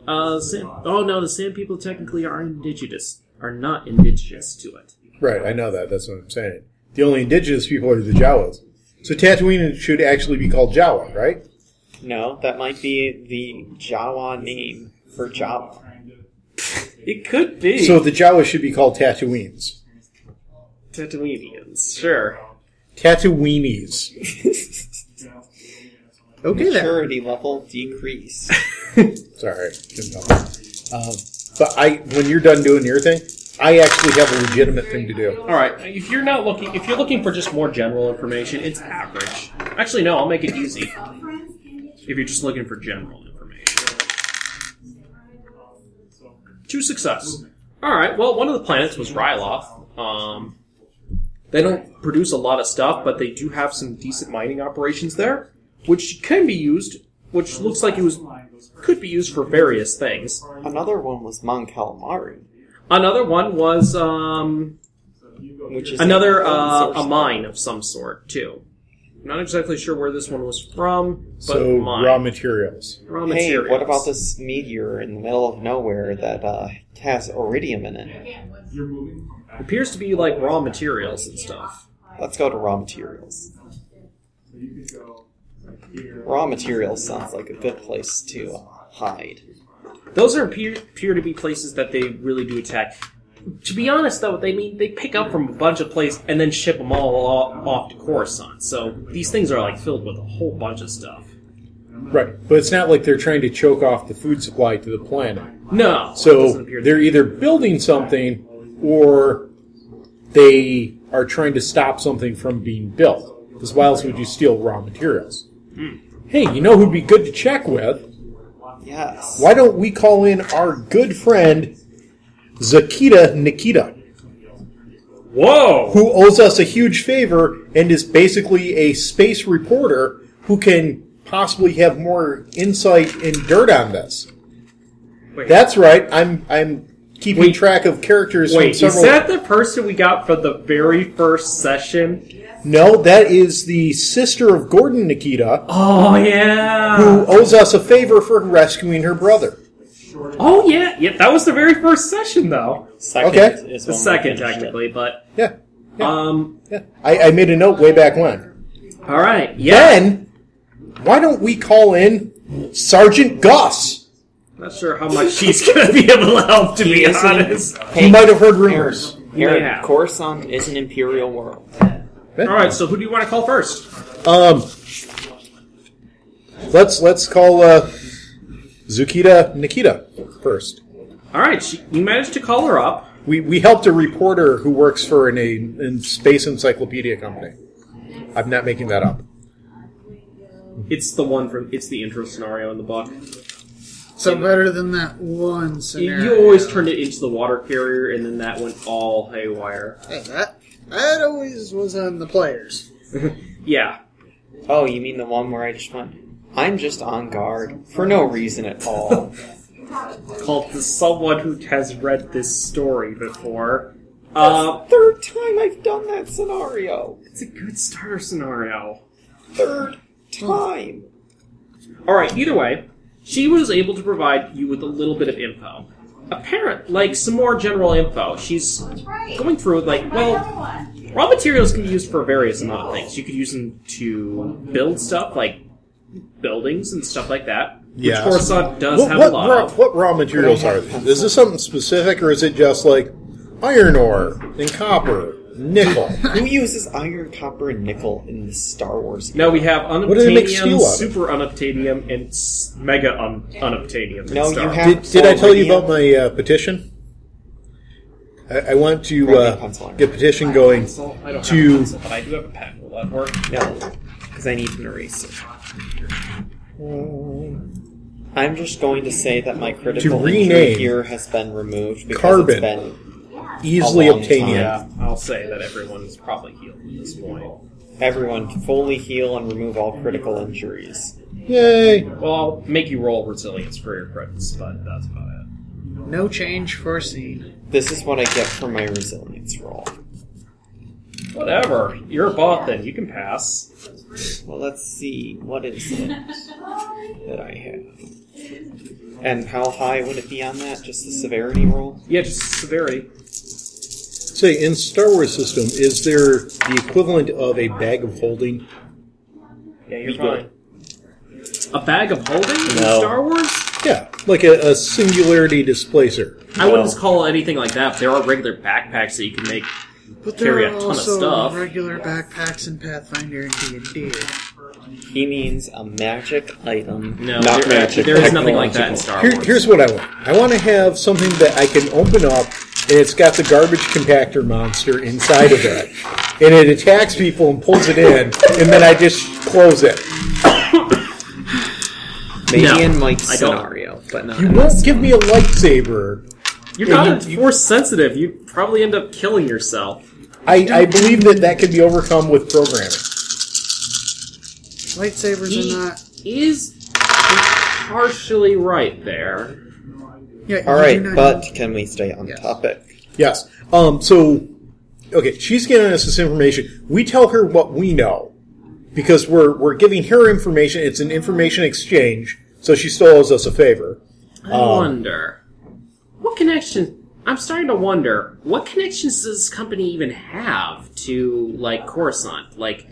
Uh, Sam, oh no, the Sand people technically are indigenous, are not indigenous to it. Right, I know that. That's what I'm saying. The only indigenous people are the Jawas. So Tatooine should actually be called Jawa, right? No, that might be the Jawa name for Jawa. It could be So the Jawas should be called Tatooines. Tatooineans, sure. Tatooinis. Okay, then. Maturity level decreased. Sorry. didn't know. Um, but I, when you're done doing your thing, I actually have a legitimate thing to do. All right, Uh, if you're not looking, if you're looking for just more general information, it's average. Actually, no, I'll make it easy. If you're just looking for general information, two success. All right. Well, one of the planets was Ryloth. Um, they don't produce a lot of stuff, but they do have some decent mining operations there, which can be used. Which looks like it was could be used for various things. Another one was Mon Calamari, Another one was um, which is another a- uh, a mine of some sort too. Not exactly sure where this one was from, but So mine. raw materials. Raw Hey, materials. what about this meteor in the middle of nowhere that uh, has iridium in it? You're moving from Appears to be like raw materials and stuff. Let's go to raw materials. So you could go like here. Raw materials sounds like a good place to hide. Those are appear, appear to be places that they really do attack. To be honest, though, they mean they pick up from a bunch of places and then ship them all off, off to Coruscant. So these things are like filled with a whole bunch of stuff. Right, but it's not like they're trying to choke off the food supply to the planet. No, it So doesn't appear to they're either building something or they are trying to stop something from being built. Because why else would you steal raw materials? Hmm. Hey, you know who'd be good to check with? Yes. Why don't we call in our good friend Zakita Nikita, Whoa! who owes us a huge favor and is basically a space reporter who can possibly have more insight and dirt on this. Wait. That's right. I'm I'm keeping Wait. track of characters Wait, from several is that the person we got for the very first session? No, that is the sister of Gordon Nikita, Oh yeah. who owes us a favor for rescuing her brother. Oh yeah, yeah. That was the very first session, though. Second Okay. is The when we second, finished it. technically, but Yeah, um. yeah. I, I made a note way back when. All right. Yeah. Then, why don't we call in Sergeant Goss? Not sure how much he's gonna be able to help. To be isn't- honest. You might have heard rumors. Aaron, Yeah. Coruscant is an imperial world. All right. So who do you want to call first? Um, let's let's call uh, Zukita Nikita first. All right. She, you managed to call her up. We we helped a reporter who works for an, a an space encyclopedia company. I'm not making that up. It's the one from. It's the intro scenario in the book. So better than that one You, scenario. you always turned it into the water carrier, and then that went all haywire. Hey, that that always was on the players. Yeah. Oh, you mean the one where I just went? I'm just on guard for no reason at all. Called to someone who has read this story before. Uh, Uh, third time I've done that scenario. it's a good starter scenario. Third time. All right. Either way, she was able to provide you with a little bit of info. Apparent, like some more general info. She's That's right. going through like, well, Another one. Raw materials can be used for various amount of things. You could use them to build stuff like buildings and stuff like that. Yes. Which Coruscant does What, have what a lot raw, of. what raw materials are these? Is this something specific, or is it just like iron ore and copper, nickel? Who uses iron, copper, and nickel in the Star Wars? Now we have do they make steel unobtainium, out of? super unobtainium, and s- mega un- unobtainium. No, and you stuff. have. did, did I tell you about my uh, petition? I, I want to Grab me a uh, pencil. get petition going. Well, I don't have to- a pencil, but I do have a pen. Will that work? No, because I need an eraser. I'm just going to say that my critical injury rename here has been removed because carbon. it's been Easily A long obtainium. time. Yeah, I'll say that everyone's probably healed at this point. everyone to fully heal and remove all critical injuries. Yay! Well, I'll make you roll resilience for your credits, but that's about it. No change foreseen. This is what I get for my resilience roll. Whatever. You're a bot then. You can pass. Well, let's see. What is it that I have? And how high would it be on that? Just the severity roll? Yeah, just severity. Say, in Star Wars system, is there the equivalent of a bag of holding? Yeah, you're fine. A bag of holding in No. Star Wars? Yeah, like a, a singularity displacer. I wouldn't call it anything like that. but There are regular backpacks that you can make. But there Carry a are ton of also stuff. regular backpacks in Pathfinder and D and D. He means a magic item. No, there, there is nothing like that in Star Here, Wars. here's what I want. I want to have something that I can open up, and it's got the garbage compactor monster inside of it, and it attacks people and pulls it in, and then I just close it. Maybe No, in Mike's I don't. scenario, but not. You in won't this give one. me a lightsaber. You're not force sensitive. You'd probably end up killing yourself. I, I believe that that can be overcome with programming. Lightsabers He are not. is partially right there. Yeah, All you right, do not- but can we stay on Yes. topic? Yes. Um. So, okay, she's giving us this information. We tell her what we know because we're we're giving her information. It's an information exchange, so she still owes us a favor. I wonder what connection. I'm starting to wonder what connections does this company even have to like Coruscant? Like,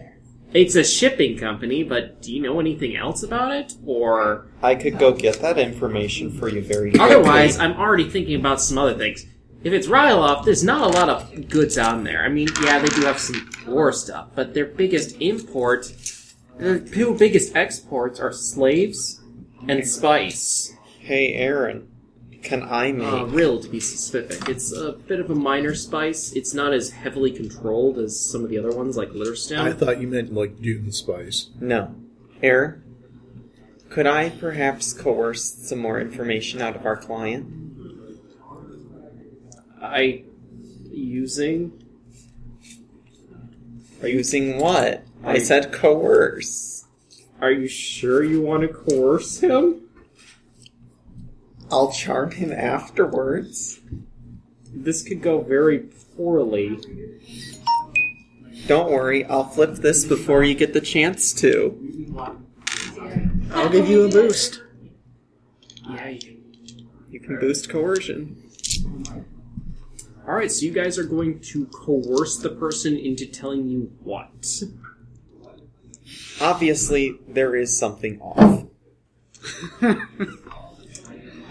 it's a shipping company, but do you know anything else about it? Or I could go get that information for you very quickly. otherwise, I'm already thinking about some other things. If it's Ryloff, there's not a lot of goods on there. I mean, yeah, they do have some war stuff, but their biggest import, their two biggest exports are slaves and spice. Hey, Aaron, can I make? Um, Uh, Rill, to be specific. It's a bit of a minor spice. It's not as heavily controlled as some of the other ones, like I Litterstone. thought you meant like Dune Spice. No, Aaron, could I perhaps coerce some more information out of our client? I using Are you Using what? I said coerce. Are you sure you want to coerce him? I'll charm him afterwards. This could go very poorly. Don't worry, I'll flip this before you get the chance to. I'll give you a boost. yeah. you- You can boost coercion. All right, so you guys are going to coerce the person into telling you what? Obviously, there is something off.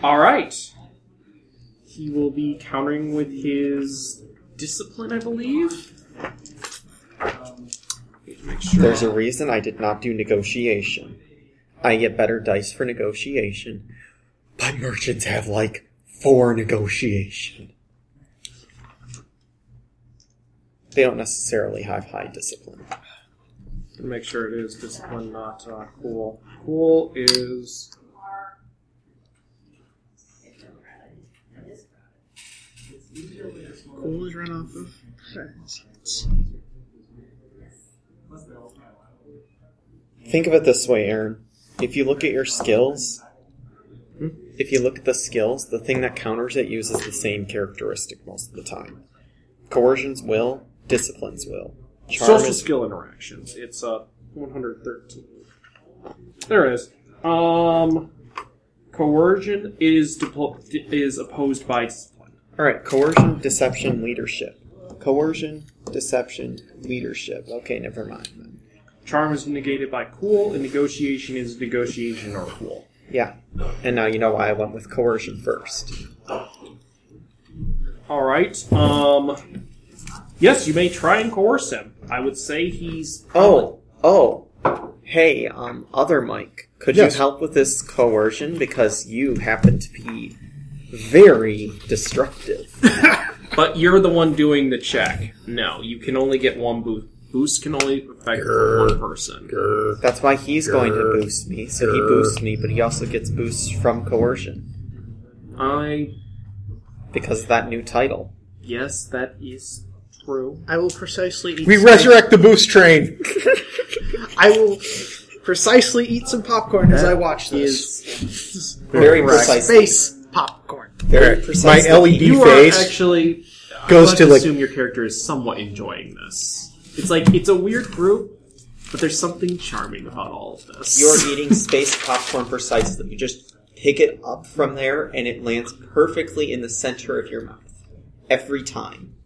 All right. He will be countering with his discipline, I believe. There's a reason I did not do negotiation. I get better dice for negotiation, but merchants have like four negotiation. They don't necessarily have high discipline. Make sure it is discipline, not uh, cool. Cool is Cool is run off of. presence. Think of it this way, Aaron. If you look at your skills, hmm, if you look at the skills, the thing that counters it uses the same characteristic most of the time. Coercion's will, discipline's will. Charm social is skill interactions. It's uh, 113. There it is. Um, coercion is diplo- is opposed by discipline. All right, coercion, deception, leadership. Coercion, deception, leadership. Okay, never mind. then. Charm is negated by cool, and negotiation is negotiation or cool. Yeah, and now you know why I went with coercion first. All right. Um, yes, you may try and coerce him. I would say he's Oh, oh, hey, um, other Mike, could Yes. you help with this coercion because you happen to be very destructive. But you're the one doing the check. No, you can only get one boost. Boost can only affect one person. Grr. That's why he's going to boost me. So he boosts me, but he also gets boosts from coercion I because of that new title. yes, that is true. I will precisely eat. We some- resurrect the boost train. I will precisely eat some popcorn as I watch this. Is Very Correct. precisely. Space popcorn. Very My E precisely. LED you face. are actually goes I'd to, like- assume your character is somewhat enjoying this. It's like it's a weird group, but there's something charming about all of this. You're eating space popcorn precisely. You just pick it up from there and it lands perfectly in the center of your mouth. Every time.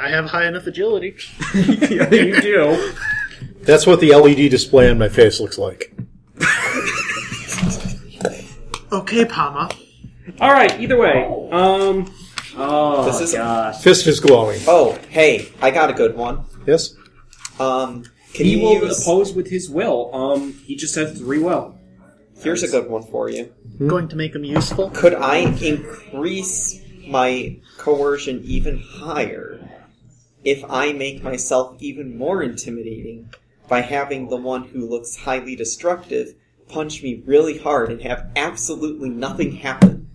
I have high enough agility. yeah, you do. That's what the LED display on my face looks like. Okay, Pama. All right. Either way. Um, oh This is- gosh. Fist is glowing. Oh, hey, I got a good one. Yes? Um, can he you will use- oppose with his will. Um, he just has three will. Here's a good one for you. Going to make them useful. Could I increase my coercion even higher if I make myself even more intimidating by having the one who looks highly destructive punch me really hard and have absolutely nothing happen?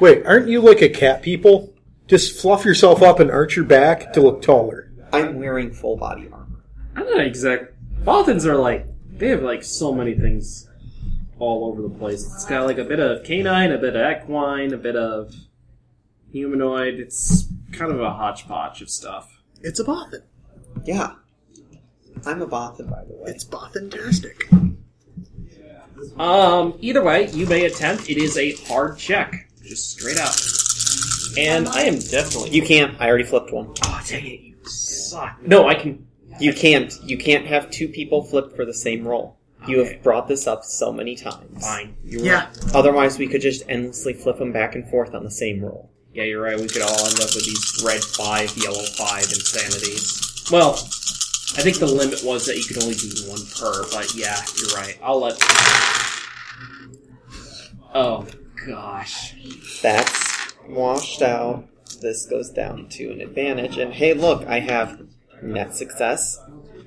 Wait, aren't you like a cat people? Just fluff yourself up and arch your back to look taller. I'm wearing full body armor. I'm not exact. Bothans are like they have like so many things all over the place. It's got like a bit of canine, a bit of equine, a bit of humanoid. It's kind of a hodgepodge of stuff. It's a bothin. Yeah. I'm a Bothan, by the way. It's bothintastic. Um, either way, you may attempt. It is a hard check, just straight up. And I am definitely. You can't. I already flipped one. Oh, dang it, you suck. No, I can. You can't. You can't have two people flip for the same roll. You Okay. have brought this up so many times. Fine. You Yeah. Otherwise, we could just endlessly flip them back and forth on the same roll. Yeah, you're right. We could all end up with these red five, yellow five insanities. Well, I think the limit was that you could only do one per, but yeah, you're right. I'll let. Oh, gosh. That's washed out. This goes down to an advantage. And hey, look, I have net success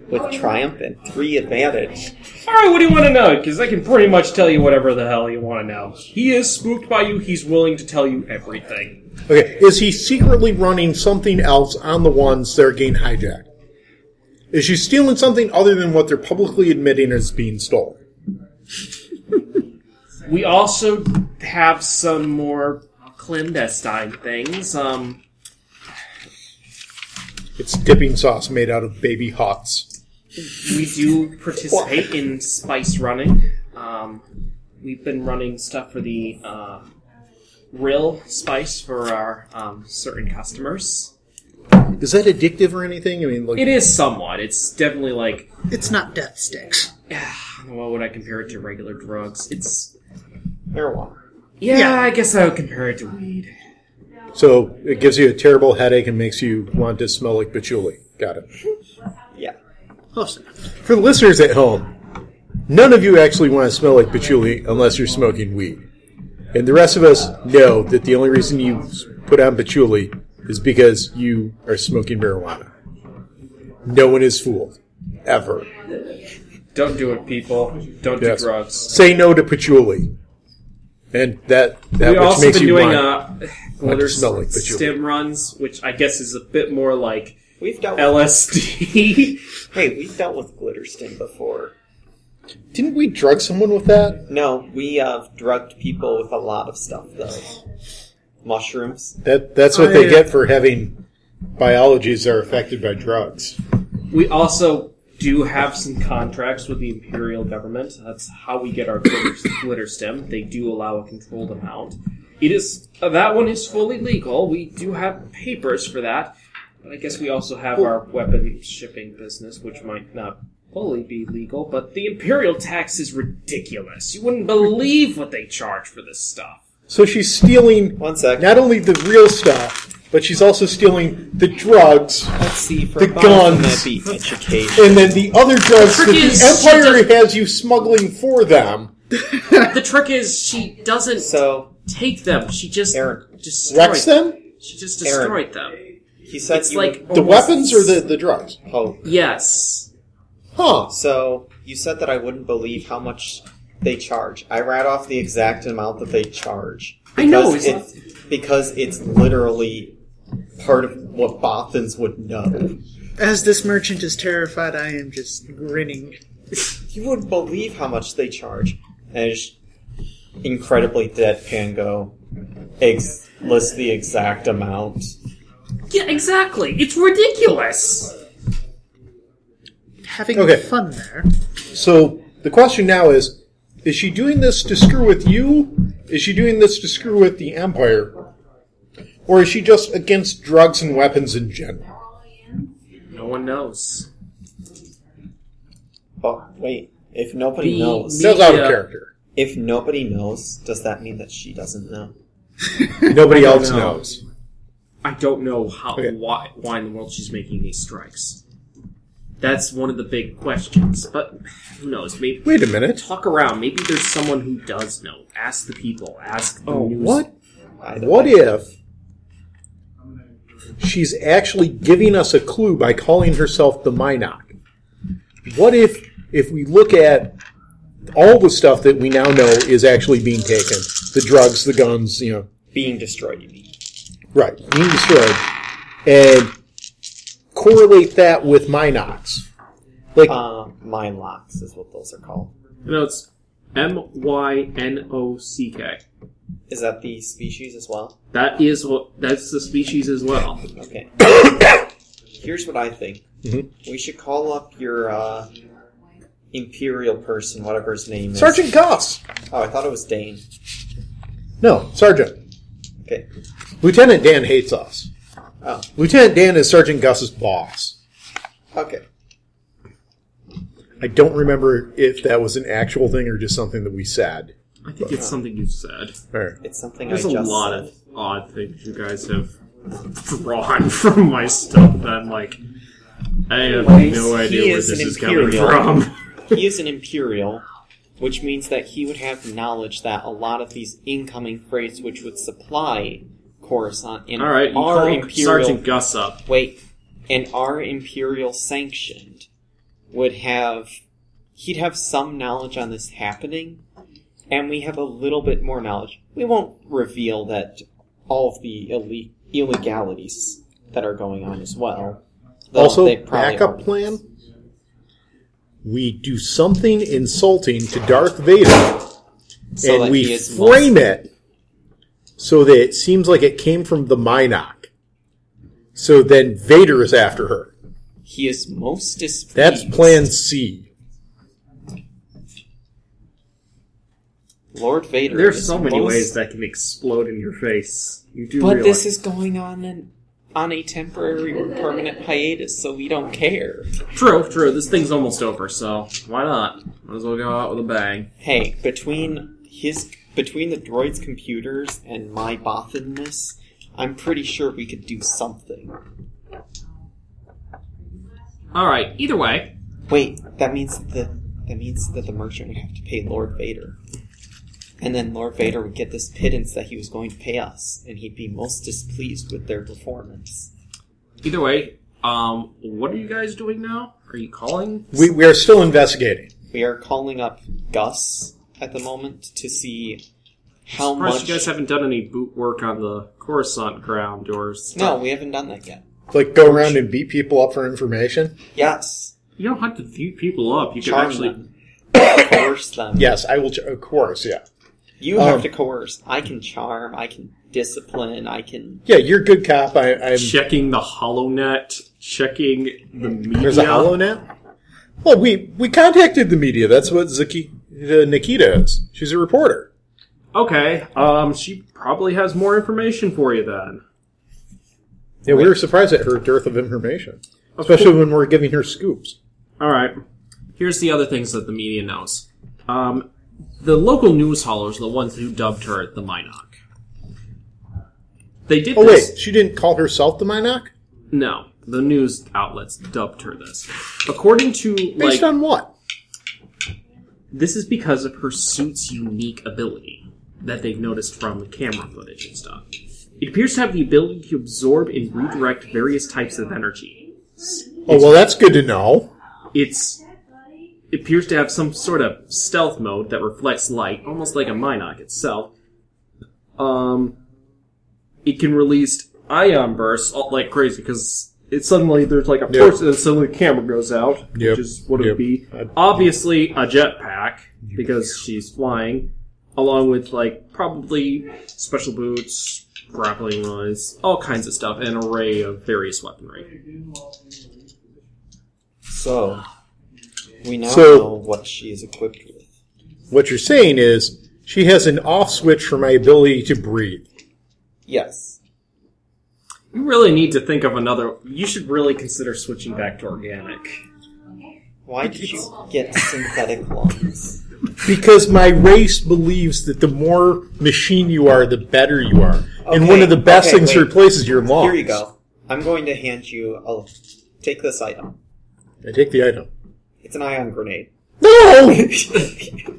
with triumph and three advantage. All right, what do you want to know? Because I can pretty much tell you whatever the hell you want to know. He is spooked by you. He's willing to tell you everything. Okay, is he secretly running something else on the ones that are getting hijacked? Is she stealing something other than what they're publicly admitting is being stolen? We also have some more clandestine things. Um, It's dipping sauce made out of baby hots. we do participate in spice running. Um, we've been running stuff for the uh, real spice for our um, certain customers. Is that addictive or anything? I mean, like, It is somewhat. It's definitely like It's not death sticks. What would I compare it to regular drugs? It's Marijuana. yeah, Yeah. I guess I would compare it to weed. so it gives you a terrible headache and makes you want to smell like patchouli. Got it. Yeah. Close enough. For the listeners at home, none of you actually want to smell like patchouli unless you're smoking weed. And the rest of us know that the only reason you s- put on patchouli is because you are smoking marijuana. No one is fooled. Ever. Don't do it, people. Don't Yes. do drugs. Say no to patchouli. And that, that We've which also makes been you doing want. uh, glitter smell like patchouli. stem runs, which I guess is a bit more like We've dealt with, LSD. hey, we've dealt with Glitterstin before. Didn't we drug someone with that? No, we have drugged people with a lot of stuff though. Mushrooms. That That's what they I- get for having biologies that are affected by drugs. we also do have some contracts with the imperial government. That's how we get our glitter, glitter stem. They do allow a controlled amount. It is that one is fully legal. We do have papers for that. But I guess we also have our weapon shipping business, which might not fully be legal. But the imperial tax is ridiculous. You wouldn't believe what they charge for this stuff. So she's stealing One sec. not only the real stuff, but she's also stealing the drugs Let's see for The both of them guns. that be education. and then the other drugs that Trick is, the she Empire has you smuggling for them. The trick is she doesn't So take them. She just Aaron. destroyed Wrecks them? She just Aaron. destroyed them. he said It's you like The weapons or the, the drugs? would hope. yes. Huh. So you said that I wouldn't believe how much they charge. I rat off the exact amount that they charge. I know, Because it's- it- because it's literally part of what Bothans would know. As this merchant is terrified, I am just grinning. You wouldn't believe how much they charge. And I just incredibly deadpan go ex- list the exact amount. Yeah, exactly. It's ridiculous. Having Okay. fun there. So the question now is is she doing this to screw with you? Is she doing this to screw with the Empire? Or is she just against drugs and weapons in general? No one knows. But wait, if nobody The- knows, That's out of Yeah. character. if nobody knows, does that mean that she doesn't know? Nobody I don't else know. knows. I don't know how Okay. why why in the world she's making these strikes. That's one of the big questions. But who knows? Maybe Wait a minute. talk around. Maybe there's someone who does know. Ask the people. Ask the Oh, news. what Either What way. if she's actually giving us a clue by calling herself the Minok? What if if we look at all the stuff that we now know is actually being taken, the drugs, the guns, you know, being destroyed? You mean? right, being destroyed, and correlate that with Minox? Like, Uh, mine locks is what those are called. No, it's M Y N O C K. Is that the species as well? That is what. That's the species as well. Okay. Here's what I think. Mhm. We should call up your uh, imperial person, whatever his name is. Sergeant Goss. Oh, I thought it was Dane. No, Sergeant. Okay. Lieutenant Dan hates us. Oh. Lieutenant Dan is Sergeant Gus's boss. Okay. I don't remember if that was an actual thing or just something that we said. I think it's something you said. All right. It's something There's I a just lot said. of odd things you guys have drawn from my stuff that I'm like, I have no He idea where is this an is coming imperial. from. He is an Imperial, which means that he would have knowledge that a lot of these incoming freights, which would supply Coruscant, and All right, you are call Imperial. Sergeant Gus up. Wait, and are Imperial sanctioned? Would have he'd have some knowledge on this happening, and we have a little bit more knowledge. We won't reveal that all of the ille- illegalities that are going on as well. though also, they probably backup are. plan. We do something insulting to Darth Vader, So that and he we is frame it so that it seems like it came from the Minok. So then Vader is after her. He is most displeased. That's Plan C. Lord Vader. There's is so many most- ways that can explode in your face. You do But realize this is going on an, on a temporary or permanent hiatus, so we don't care. True, true. This thing's almost over, so why not? Might as well go out with a bang. Hey, between his between the droid's computers and my bothanness, I'm pretty sure we could do something. All right. Either way, Wait, that means the that means that the merchant would have to pay Lord Vader. And then Lord Vader would get this pittance that he was going to pay us, and he'd be most displeased with their performance. either way. Um, what are you guys doing now? Are you calling? We, we are still investigating. We are calling up Gus at the moment to see how Surprised much. you guys haven't done any boot work on the Coruscant ground or no, stuff. we haven't done that yet. Like, go around and beat people up for information. Yes, You don't have to beat people up. You can charm actually them, coerce them. Yes, I will. Ch- of course, yeah. You have Um, to coerce. I can charm. I can discipline. I can. Yeah, you're a good cop. I, I'm. checking the hollow net, checking the media. There's a hollow net. Well, we we contacted the media. That's what Zaki, uh, Nikita is. She's a reporter. Okay, um, she probably has more information for you then. Yeah, we were surprised at her dearth of information, especially when we're giving her scoops. All right. Here's the other things that the media knows. Um, the local news haulers are the ones who dubbed her the Minoc. They did Oh this. wait, she didn't call herself the Minoc. No, the news outlets dubbed her this. According to Based like, on what? this is because of her suit's unique ability that they've noticed from the camera footage and stuff. It appears to have the ability to absorb and redirect various types of energy. Oh well, that's good to know. It's it appears to have some sort of stealth mode that reflects light, almost like a Minoc itself. Um, it can release ion bursts all, like crazy because it suddenly there's like a Yeah. person and suddenly the camera goes out, Yep. which is what it Yep. would be. I'd- Obviously, a jetpack because she's flying, along with like probably special boots, grappling lines, all kinds of stuff, and an array of various weaponry. So we now So- know what she is equipped with. What you're saying is she has an off switch for my ability to breathe. Yes. You really need to think of another. You should really consider switching back to organic. Why did you get synthetic lungs? Because my race believes that the more machine you are, the better you are. and one Okay, of the best okay, things wait. replaces your lungs. Here you go. I'm going to hand you. I'll take this item. I take the item. It's an ion grenade, No!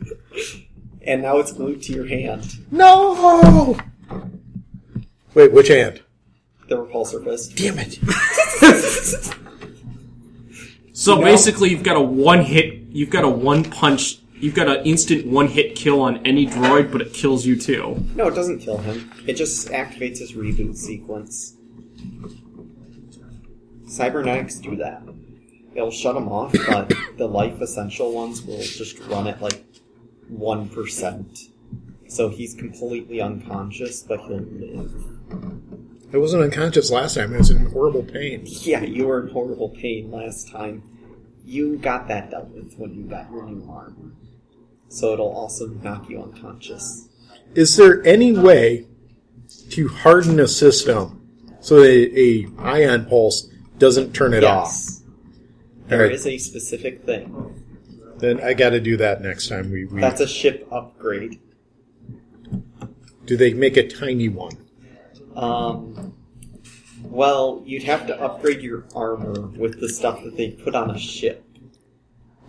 and now it's glued to your hand. No! Wait, which hand? The repulsor fist. Damn it. So basically, you've got a one hit. You've got a one punch. You've got an instant one hit kill on any droid, but it kills you too. No, it doesn't kill him. It just activates his reboot sequence. Cybernetics do that. It'll shut him off, but the life essential ones will just run at like 1%. So he's completely unconscious, but he'll live. I wasn't unconscious last time. I was in horrible pain. Yeah, you were in horrible pain last time. You got that dealt with when you got your new arm. So it'll also knock you unconscious. Is there any way to harden a system so that a ion pulse doesn't turn it yes. There All right. is a specific thing. off. Then I got to do that next time. We, we That's a ship upgrade. do they make a tiny one? Um, well, you'd have to upgrade your armor with the stuff that they put on a ship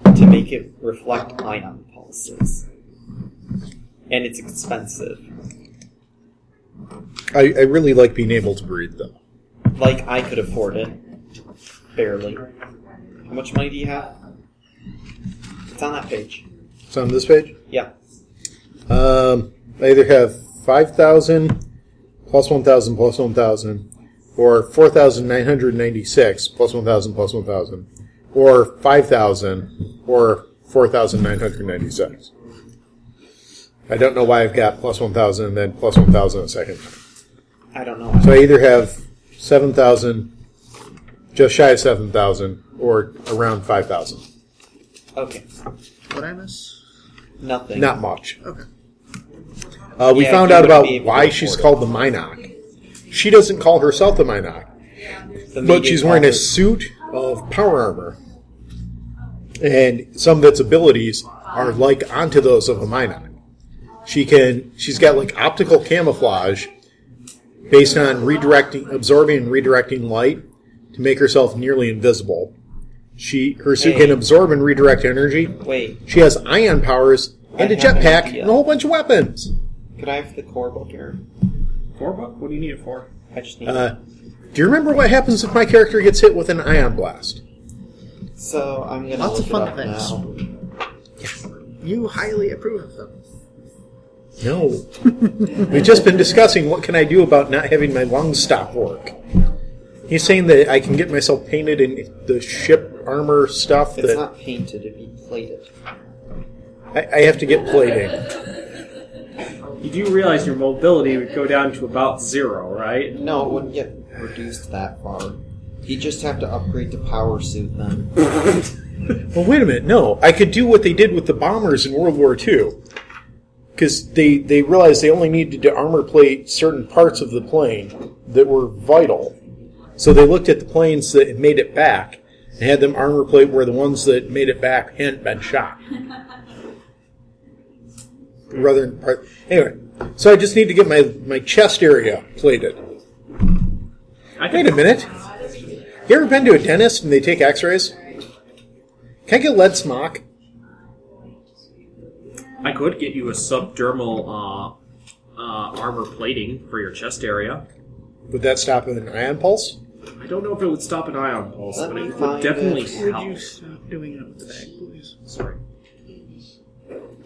to make it reflect ion pulses. And it's expensive. I, I really like being able to breathe though. Like, I could afford it. Barely. How much money do you have? It's on that page. It's on this page. Yeah. Um, I either have five thousand plus one thousand plus one thousand, or four thousand nine hundred ninety-six plus one thousand plus one thousand, or five thousand or four thousand nine hundred ninety-six. I don't know why I've got plus one thousand and then plus one thousand a second. time. I don't know. So I either have seven thousand, just shy of seven thousand, or around five thousand. Okay. What I miss? Nothing. Not much. Okay. Uh, we Yeah, found you out wouldn't about be able to why she's afford it. called the Minoc. She doesn't call herself the Minoc, The but media she's wearing a offers- suit of power armor. And some of its abilities are like onto those of a Minoc. She can she's got like optical camouflage based on redirecting absorbing and redirecting light to make herself nearly invisible. She her suit Hey. can absorb and redirect energy. Wait, She has ion powers and I a have an jetpack idea. and a whole bunch of weapons. could I have the core book here? Corbuck, what do you need it for? I just need Uh, do you remember what happens if my character gets hit with an ion blast? So I'm gonna Lots look of fun it up things. now. You highly approve of them. No. We've just been discussing what can I do about not having my lungs stop work. He's saying that I can get myself painted in the ship armor stuff It's that not painted; it'd be plated. I, I have to get plating. You do realize your mobility would go down to about zero, right? No, it wouldn't get reduced that far. You just have to upgrade to power suit then. Well, wait a minute. No, I could do what they did with the bombers in World War II. Because they, they realized they only needed to armor plate certain parts of the plane that were vital. So they looked at the planes that made it back and had them armor plate where the ones that made it back hadn't been shot. Rather than part. Anyway, so I just need to get my, my chest area plated. I Wait a minute. You ever been to a dentist and they take x rays? Can I get lead smock? I could get you a subdermal uh, uh, armor plating for your chest area. Would that stop an ion pulse? I don't know if it would stop an ion pulse, Let but me it would find definitely it. Would help. you stop doing it with the bag, please? Sorry.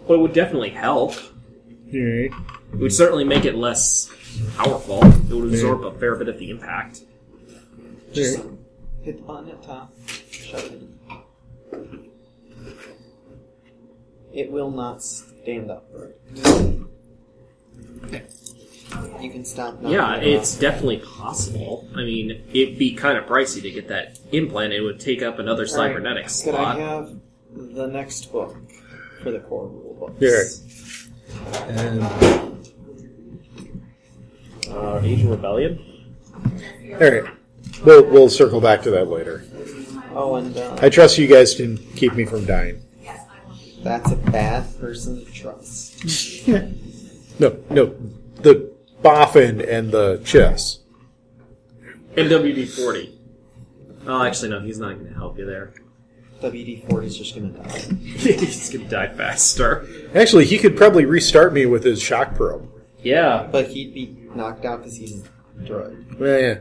But it would definitely help. Alright. It would certainly make it less powerful. It would absorb a fair bit of the impact. Just hit the button at top. Shut it. It will not stand up. You can stop. knocking Yeah, it off. it's definitely possible. I mean, it'd be kind of pricey to get that implant. It would take up another All right, cybernetic Could I slot. have the next book for the core rule books? Here. Um, Uh, Asian Rebellion? Alright. We'll, we'll circle back to that later. Oh, and uh, I trust you guys can keep me from dying. that's a bad person to trust. No, no. The boffin and the chess. MWD 40. Oh, actually, no, he's not going to help you there. WD forty is just gonna die. he's going to die faster. Actually, he could probably restart me with his shock probe. Yeah. But he'd be knocked out because he's a droid. Yeah, yeah.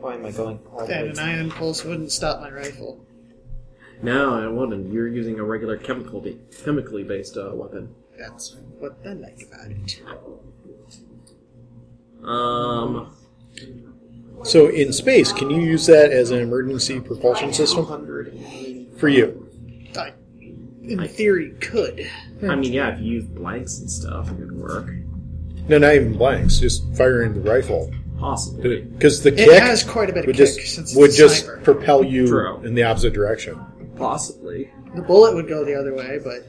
Why am I going all the And way? an to- ion pulse wouldn't stop my rifle. No, I wouldn't. You're using a regular chemical ba- chemically based uh, weapon. That's what I like about it. Um, So in space, can you use that as an emergency propulsion system? 280. For you. I, in theory, could. I mean, yeah, if you use blanks and stuff, it would work. No, not even blanks, just firing the rifle. Possibly. Because the It kick has quite a bit of would kick just, since would it's a just sniper. propel you True. in the opposite direction. Possibly. The bullet would go the other way, but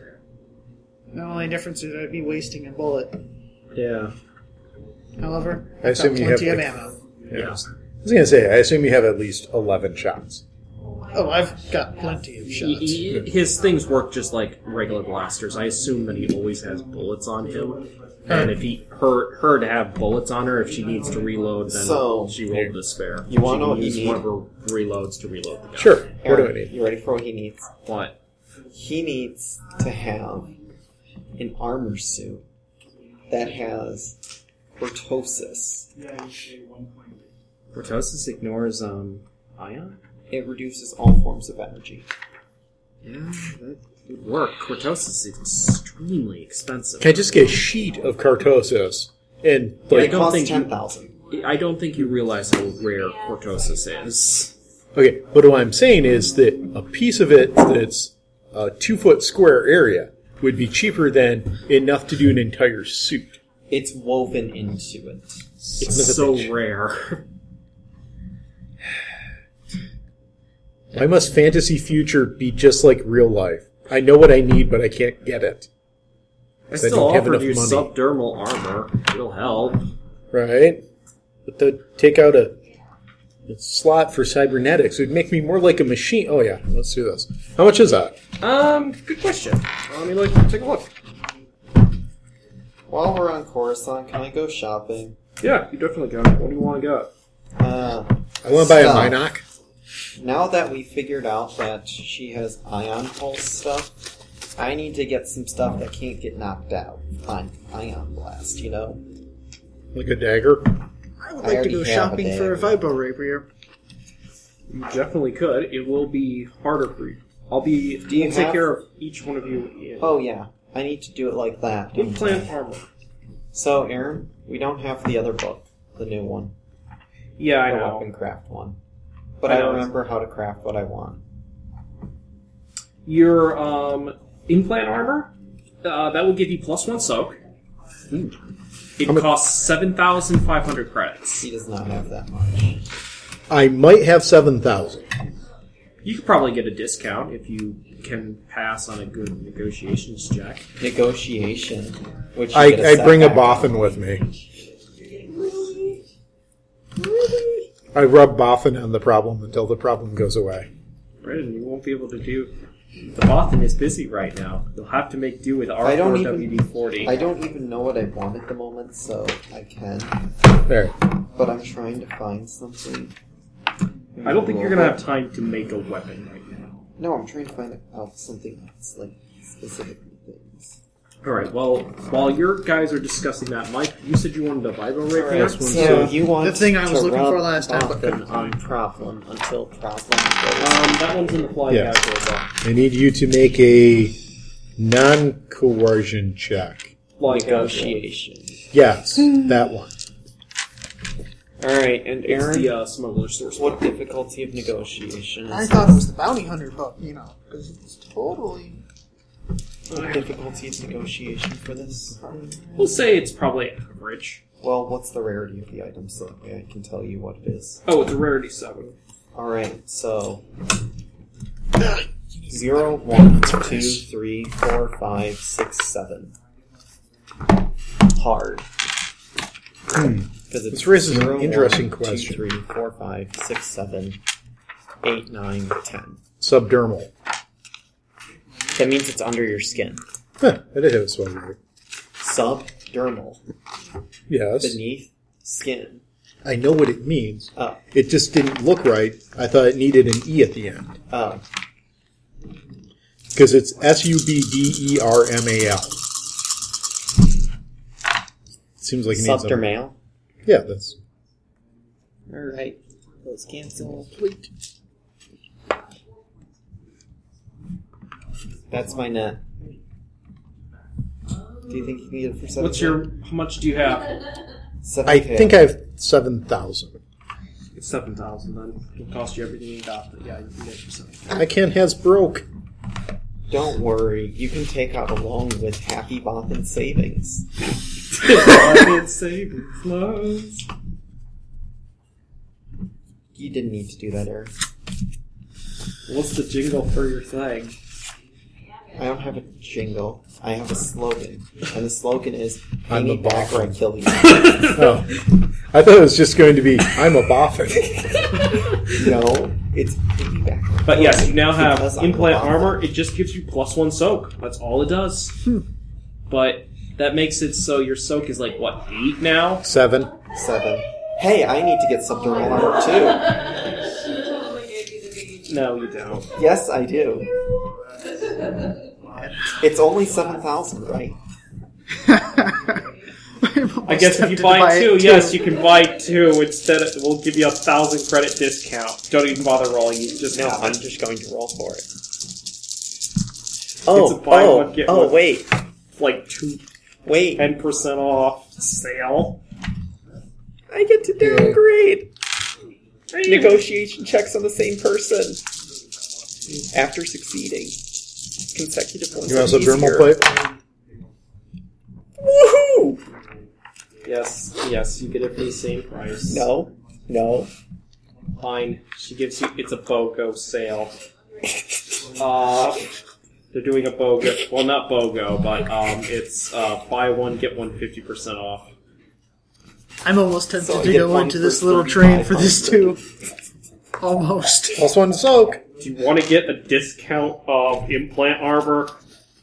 the only difference is I'd be wasting a bullet. Yeah. However, I assume got you have, plenty of like- ammo. Yeah. I was going to say, I assume you have at least 11 shots. Oh, I've got plenty E of He- shots. he- his things work just like regular blasters. I assume that he always has bullets on him. And if he her her to have bullets on her, if she needs to reload, then So- she rolled the spare. You wanna She know can what you use need? one of her reloads to reload the gun. Sure. What do I Aaron, need? You ready for what he needs? What? He needs to have an armor suit that has cortosis. Protosis ignores um ion. It reduces all forms of energy. Yeah, that would work. Cortosis is extremely expensive. Can I just get a sheet of Cartosis and I like It don't costs think you- ten thousand. I don't think you realize how rare cortosis is. Okay, but what I'm saying is that a piece of it that's a two foot square area would be cheaper than enough to do an entire suit. It's woven into it. Son of a It's so bitch. rare. Why must fantasy future be just like real life? I know what I need, but I can't get it. I They still don't have offered enough you money. subdermal armor. It'll help. Right? But to take out a, a slot for cybernetics would make me more like a machine. Oh, yeah, let's do this. How much is that? Um, good question. Let me like take a look. While we're on Coruscant, can I go shopping? Yeah, you definitely got it. What do you want to get? Uh, I want to buy a Stop. Minoc. now that we figured out that she has ion pulse stuff, I need to get some stuff that can't get knocked out. Fine, ion blast, you know? Like a dagger? I would I like to already go have a shopping for a dagger. vibro rapier. You definitely could. It will be harder for you. I'll be. Do you I'll take have- care of each one of you. In. Oh, yeah. I need to do it like that. don't Implant I? armor. So, Aaron, we don't have the other book, the new one, Yeah, I the know. weapon craft one. But I I, know. remember how to craft what I want. Your um, implant armor uh, that will give you plus one soak. Hmm. It costs seven thousand five hundred credits. He does not have that much. I might have 7,000. You could probably get a discount if you can pass on a good negotiations check. Negotiation, which you I, get a I bring a setback on. boffin with me. I rub boffin on the problem until the problem goes away. Brandon, you won't be able to do. The Bothan is busy right now. You'll have to make do with I don't even- R4WD40. I don't even know what I want at the moment, so I can. There. But I'm trying to find something. I don't think you're gonna have time to make a weapon right now. No, I'm trying to find out something that's like specific things. All right. Well, while your guys are discussing that, Mike, you said you wanted a vibro All rapier. right, Um, so you want The thing I was to looking for rub last time, but off couldn't on problem until problem goes. Um, that one's in the fly Yeah. casual box. I need you to make a non coercion check. Fly casual. Negotiation. Yes, that one. All right, and It's Aaron, the uh, smuggler source. what difficulty of negotiation is I thought it was the bounty hunter book, you know, because it's totally. this? What difficulty of negotiation for this? We'll say it's probably average. Well, what's the rarity of the item so that way I can tell you what it is? Oh, it's a rarity seven. All right, so zero, one, two, three, four, five, six, seven. Hard. Because it's This raises an zero, interesting one, two, question. three, four, five, six, seven, eight, nine, ten. Subdermal. That means it's under your skin. Huh, I did have a swell right. Subdermal, Yes. beneath skin. I know what it means. e- Oh, It just didn't look right. I thought it needed an E at the end. oh, Because it's S U B D E R M A L. Seems like it needs something. subdermal. Yeah, that's All right, those cancel. That's my net. Do you think you can get it for seven? What's your? How much do you have? Seven I think I have seven thousand. It's seven thousand. Then it'll cost you everything you got. But yeah, you can get it for seven. I can't has broke. Don't worry, you can take out a loan with Happy Bothan Savings. savings lows. You didn't need to do that, Eric. What's the jingle for your thing? I don't have a jingle. I have a slogan, and the slogan is "Pay I'm me a back or I boffin. kill you." Oh. I thought it was just going to be, I'm a boffin. no, it's "Pay me back." or I But kill yes, you now Because have I'm a implant boffin. armor. It just gives you plus one soak. That's all it does. But that makes it so your soak is like what eight now. Seven. Seven. Hey, I need to get subdermal armor too. She totally gave you the biggie. No, you don't. Yes, I do. It's only seven thousand, right? I guess if you buy, two, yes, you can buy two instead. Of, we'll give you a thousand credit discount. Don't even bother rolling. You just No, have I'm it. just going to roll for it. Oh, a buy oh, one, get oh! one. Wait, like two wait! ten percent off sale. I get to downgrade Negotiate. negotiation checks on the same person after succeeding consecutive ones. You want are some dermal easier. plate? Woohoo! Yes, yes, you get it for the same price. No, no. Fine. She gives you. It's a BOGO sale. Uh, they're doing a BOGO. Well, not BOGO, but um, it's uh, buy one get one fifty percent off. I'm almost tempted So I to get go one into for this little train for 35 this too. almost. Plus one soak. Do you want to get a discount of implant armor?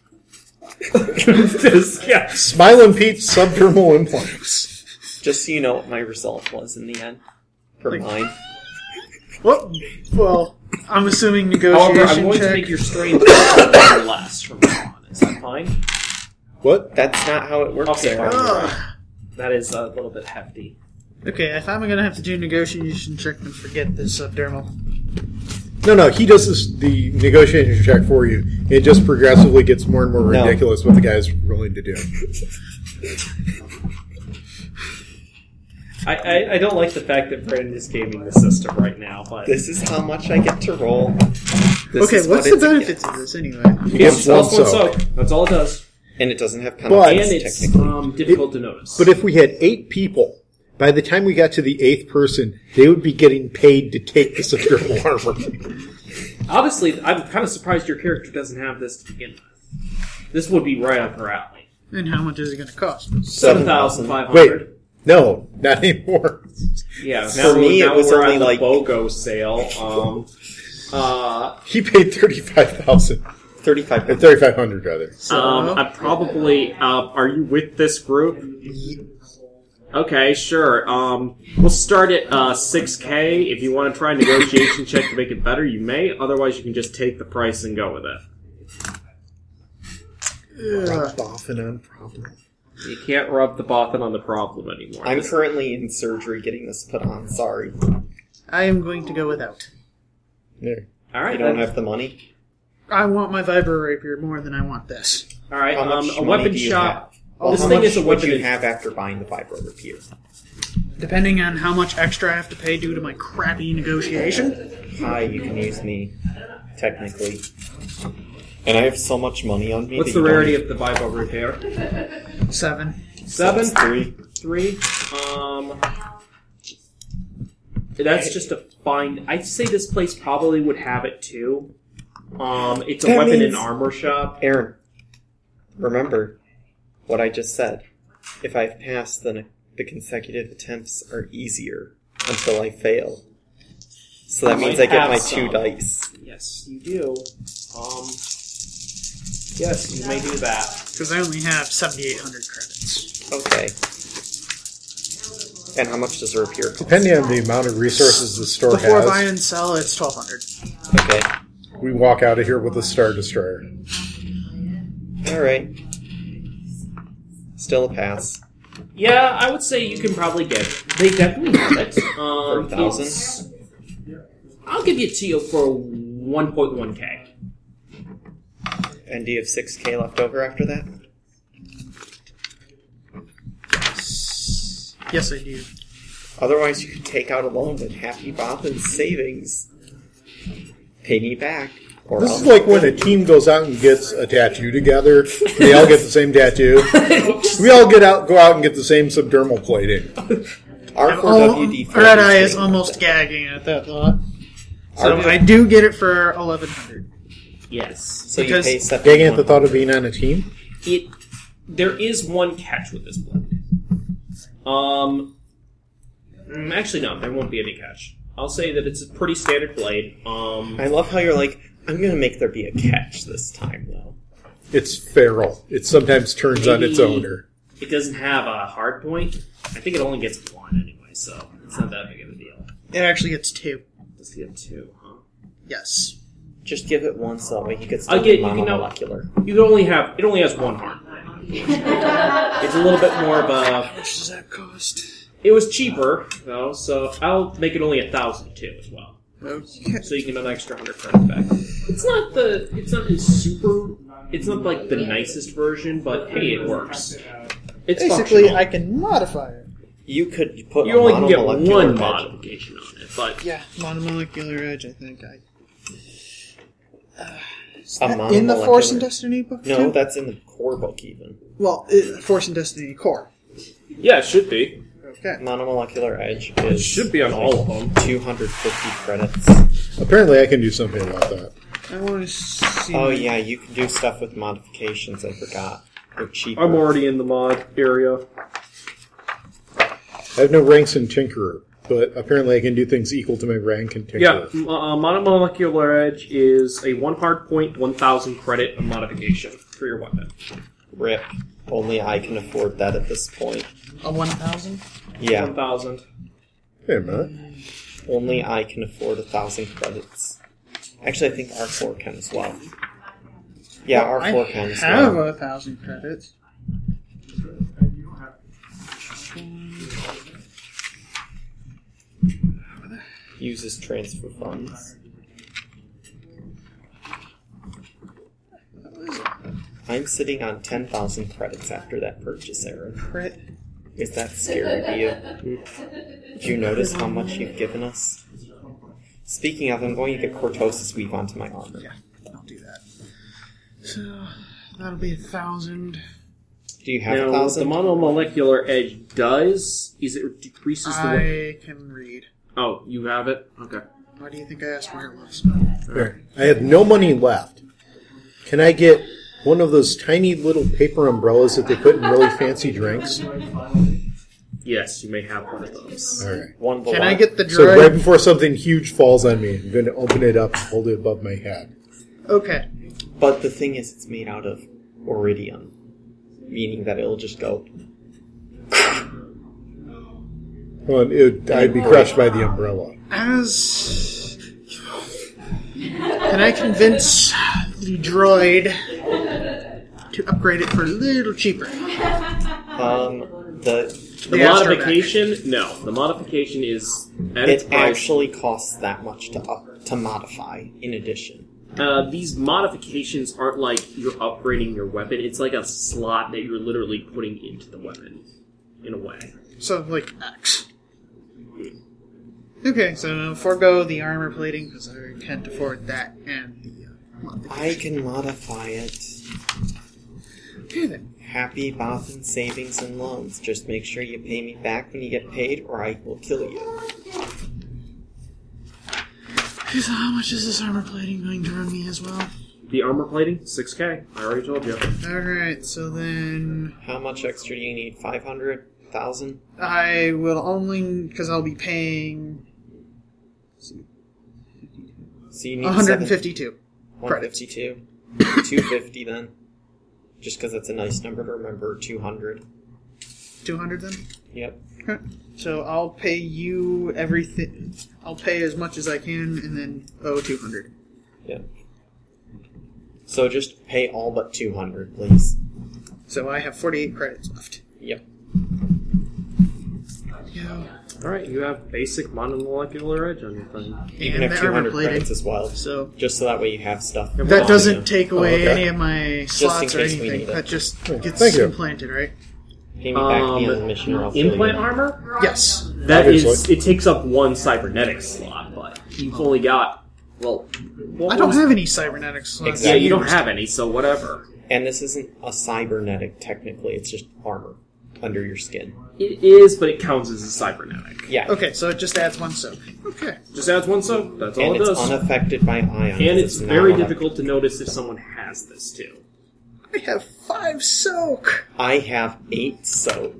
discount. Smile and Pete's subdermal implants. Just so you know what my result was in the end for mine. Well, well, I'm assuming However, I'm negotiation going to check. make your strain less from now on. Is that fine? What? That's not how it works. Okay, Aaron. Ugh. That is a little bit hefty. okay, if I'm gonna have to do negotiation check, then forget this subdermal. No, no, he does this, the negotiation check for you. It just progressively gets more and more No. ridiculous what the guy's willing to do. I, I, I don't like the fact that Brandon is gaming the system right now, but This is how much I get to roll. This okay, is what what's the it's benefits against. of this anyway? He Yes, gets one plus one soak. soak. That's all it does. And it doesn't have But- And penalties it's technically. um, difficult to notice. But if we had eight people, by the time we got to the eighth person, they would be getting paid to take the subdermal armor. Honestly, I'm kind of surprised your character doesn't have this to begin with. This would be right up her alley. And how much is it gonna cost? Seven thousand five Wait, hundred. no, not anymore. Yeah. For Now, we're- me, it now was we're only on the like- BOGO sale. Um, uh, He paid thirty-five thousand Thirty-five. or thirty-five hundred rather. Um, I probably. Uh, are you with this group? Okay, sure. Um, we'll start at uh, 6K. If you want to try a negotiation check to make it better, you may. Otherwise, you can just take the price and go with it. Ugh. Boffin on problem. You can't rub the boffin on the problem anymore. I'm currently in surgery getting this put on. Sorry, I am going to go without. There. all I right. don't then. have the money. I want my vibro rapier more than I want this. all right. How Um, much a money weapon do you shop. have? Oh, this how thing much is a would weapon. you have after buying the vibro repeater? Depending on how much extra I have to pay due to my crappy negotiation. Hi, you can use me, technically. And I have so much money on me. What's the rarity of the Vibo repair? Seven. Seven, three? three. Um, that's just a fine. I'd say this place probably would have it too. Um, it's a That weapon means- and armor shop. Aaron, remember what I just said. If I've passed, then the consecutive attempts are easier until I fail. So that I means might I get have my some. two dice. Yes, you do. Um, yes, you may do that. Because I only have 7,800 credits. Okay. And how much does a repair cost? Depending on the amount of resources the store Before has, buy and sell, it's 1,200. Okay. we walk out of here with a star destroyer. All right. Still a pass. Yeah, I would say you can probably get. It. They definitely have it. Um, For a thousand? it's- I'll give it to you for one point one k. And do you have six K left over after that? Yes, I do. Otherwise, you could take out a loan with Happy Bobbin's savings. Pay me back, or This I'll- is like when a team goes out and gets a tattoo together. They all get the same tattoo. We all get out, go out and get the same subdermal plate in. R4WD. Oh, Red Eye is almost gagging at that thought. So Our- I do get it for 1,100. Yes. So Because- you pay seven. Dang at the thought of being on a team. It there is one catch with this one. Um mm, actually no, there won't be any catch. I'll say that it's a pretty standard blade. Um I love how you're like, I'm gonna make there be a catch this time though. It's feral. It sometimes turns on its Maybe- owner. it doesn't have a hard point. I think it only gets one anyway, so it's not that big of a deal. It actually gets two. Let's get two, huh? Yes. Just give it one so way he could still I'll get- be you can know- monomolecular. You can only have it only has one harm. It's a little bit more of a How much does that cost? It was cheaper though, so I'll make it only a thousand two as well. So you can get an extra hundred credits back. It's not the it's not the super it's not like the nicest version, but hey, it works. It's Basically, functional. I can modify it. You could put you a only can get one monomolecular magic. modification on it, but Yeah, monomolecular edge. I think I. Is A that in the Force and monomolecular- Destiny book? No, too? that's in the core book even. well, uh, Force and Destiny core. Yeah, it should be. Okay. Monomolecular edge is Should be on all of them. 250 credits. Apparently, I can do something about that. I want to see. Oh yeah, you can do stuff with modifications. I forgot. They're cheaper. I'm already in the mod area. I have no ranks in Tinkerer, but apparently, I can do things equal to my rank in Yeah, Tinkerer. m- uh, monomolecular edge is a one hard point, one thousand credit modification for your weapon. Rip. Only I can afford that at this point. A one thousand. Yeah, One thousand. Hey, man. only I can afford a thousand credits. Actually, I think R4 can as well. Yeah, R4 can I as have well. a thousand credits. Uses transfer funds. I'm sitting on 10,000 credits after that purchase, Aaron. Credit. Is that scary to you? Do you notice how much you've given us? Speaking of, I'm going to get Cortosis Weave onto my armor. I'll do that. So that'll be a thousand. Do you have Now, a what the thousand? monomolecular edge does is it decreases the. wa- I can read. oh, you have it. Okay. Why do you think I asked where it was? Oh, Here. I have no money left. Can I get one of those tiny little paper umbrellas that they put in really fancy drinks? Yes, you may have one of those. All right. One below. Can I get the So right droid? before something huge falls on me, I'm going to open it up, and hold it above my head. Okay. But the thing is, it's made out of iridium, meaning that it'll just go. Well, it would, I'd be crushed by the umbrella. As can I convince the droid to upgrade it for a little cheaper? Um, the The The Astromech. modification? No, the modification is at its it price. actually costs that much to up, to modify. In addition, uh, these modifications aren't like you're upgrading your weapon. It's like a slot that you're literally putting into the weapon, in a way. So like X. Okay, so forego the armor plating because I can't afford that, and the uh, I can modify it. okay then. Happy Boffin savings and loans. Just make sure you pay me back when you get paid, or I will kill you. So how much is this armor plating going to run me as well? The armor plating, six k. I already told you. All right, so then How much extra do you need? Five hundred thousand? I will only because I'll be paying So you need one hundred and fifty-two. One fifty-two. Two fifty then. Just because that's a nice number to remember. Two hundred. Two hundred then. Yep. Okay. So I'll pay you everything. I'll pay as much as I can, and then owe two hundred. Yep. So just pay all but two hundred, please. So I have forty-eight credits left. Yep. Yeah. All right, you have basic monomolecular edge on your thing. You can And have the two armor hundred plating. credits as well. So Just so that way you have stuff. that on you. doesn't take away okay. any of my Oh, in slots or case we need anything. it. That just gets Thank you. implanted, right? Pay me back at the end of the Um, mission, or I'll kill Implant you. armor? Yes. That Obviously. is. It takes up one cybernetic slot, but you've only got. Well, what I don't was- have any cybernetics slots. Yeah, Exactly. you don't have any, so whatever. And this isn't a cybernetic technically, it's just armor. under your skin. It is, but it counts as a cybernetic. Yeah. Okay, so it just adds one soap. Okay. Just adds one soap. That's all And it it's does. unaffected by ions. and it's not very on a- difficult to notice if someone has this too. I have five soak. I have eight soak.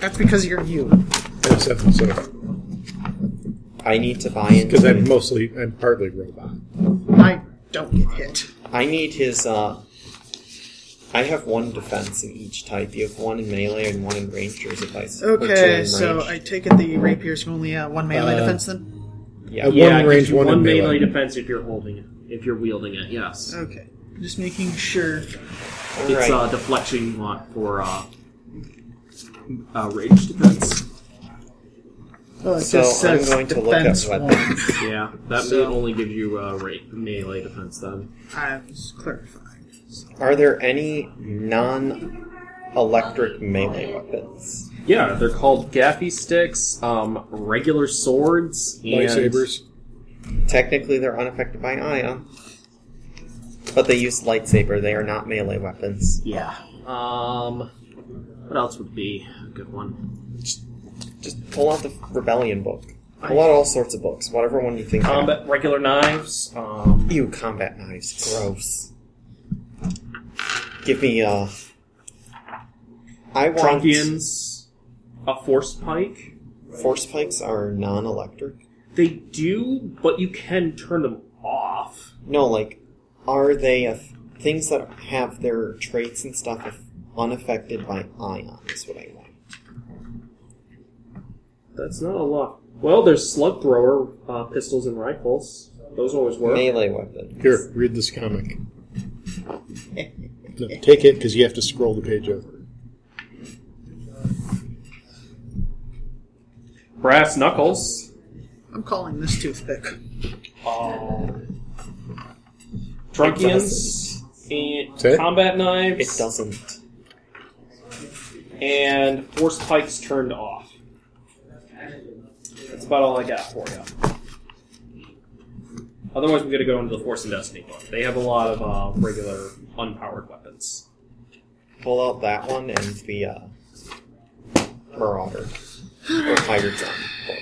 That's because you're you. Except so I need to buy into because I'm it. mostly I'm partly robot. I don't get hit. I need his. uh I have one defense in each type. You have one in melee and one in rangers advice. Okay, so I take it the rapier's only uh, one melee Uh, defense then? Yeah. At yeah, one range, you one, in melee. melee defense if you're holding it, if you're wielding it. Yes, Okay. Just making sure. All it's right. uh, deflection you want for uh, uh, rage defense. Oh, it So just I'm says going to look up defense weapons. one. Yeah, that may So- only gives you uh, ra- melee defense then. I was clarifying. Are there any non electric melee weapons? Yeah, they're called gaffy sticks, um, regular swords, and Lightsabers. Technically, they're unaffected by ion. But they use lightsaber. They are not melee weapons. Yeah. Um, what else would be a good one? Just pull out the Rebellion book. Pull out all sorts of books. Whatever one you think Um, of. Combat regular knives. Um, You combat knives. Gross. Give me, uh. I want. Trunkians. A force pike. Force pikes are non electric. They do, but you can turn them off. No, like, are they a things that have their traits and stuff af- unaffected by ion? Is what I want. That's not a lot. Well, there's slug thrower uh, pistols and rifles. Those always work. Melee weapon. Here, read this comic. No, take it because you have to scroll the page over. Brass knuckles. I'm calling this toothpick. Uh, Trunkians. And Say it. combat It knives. doesn't. And force pikes turned off. That's about all I got for you. Otherwise, we got to go into the Force and Destiny book. They have a lot of uh, regular unpowered weapons. Pull out that one and the uh, Marauder or Hired Gun book.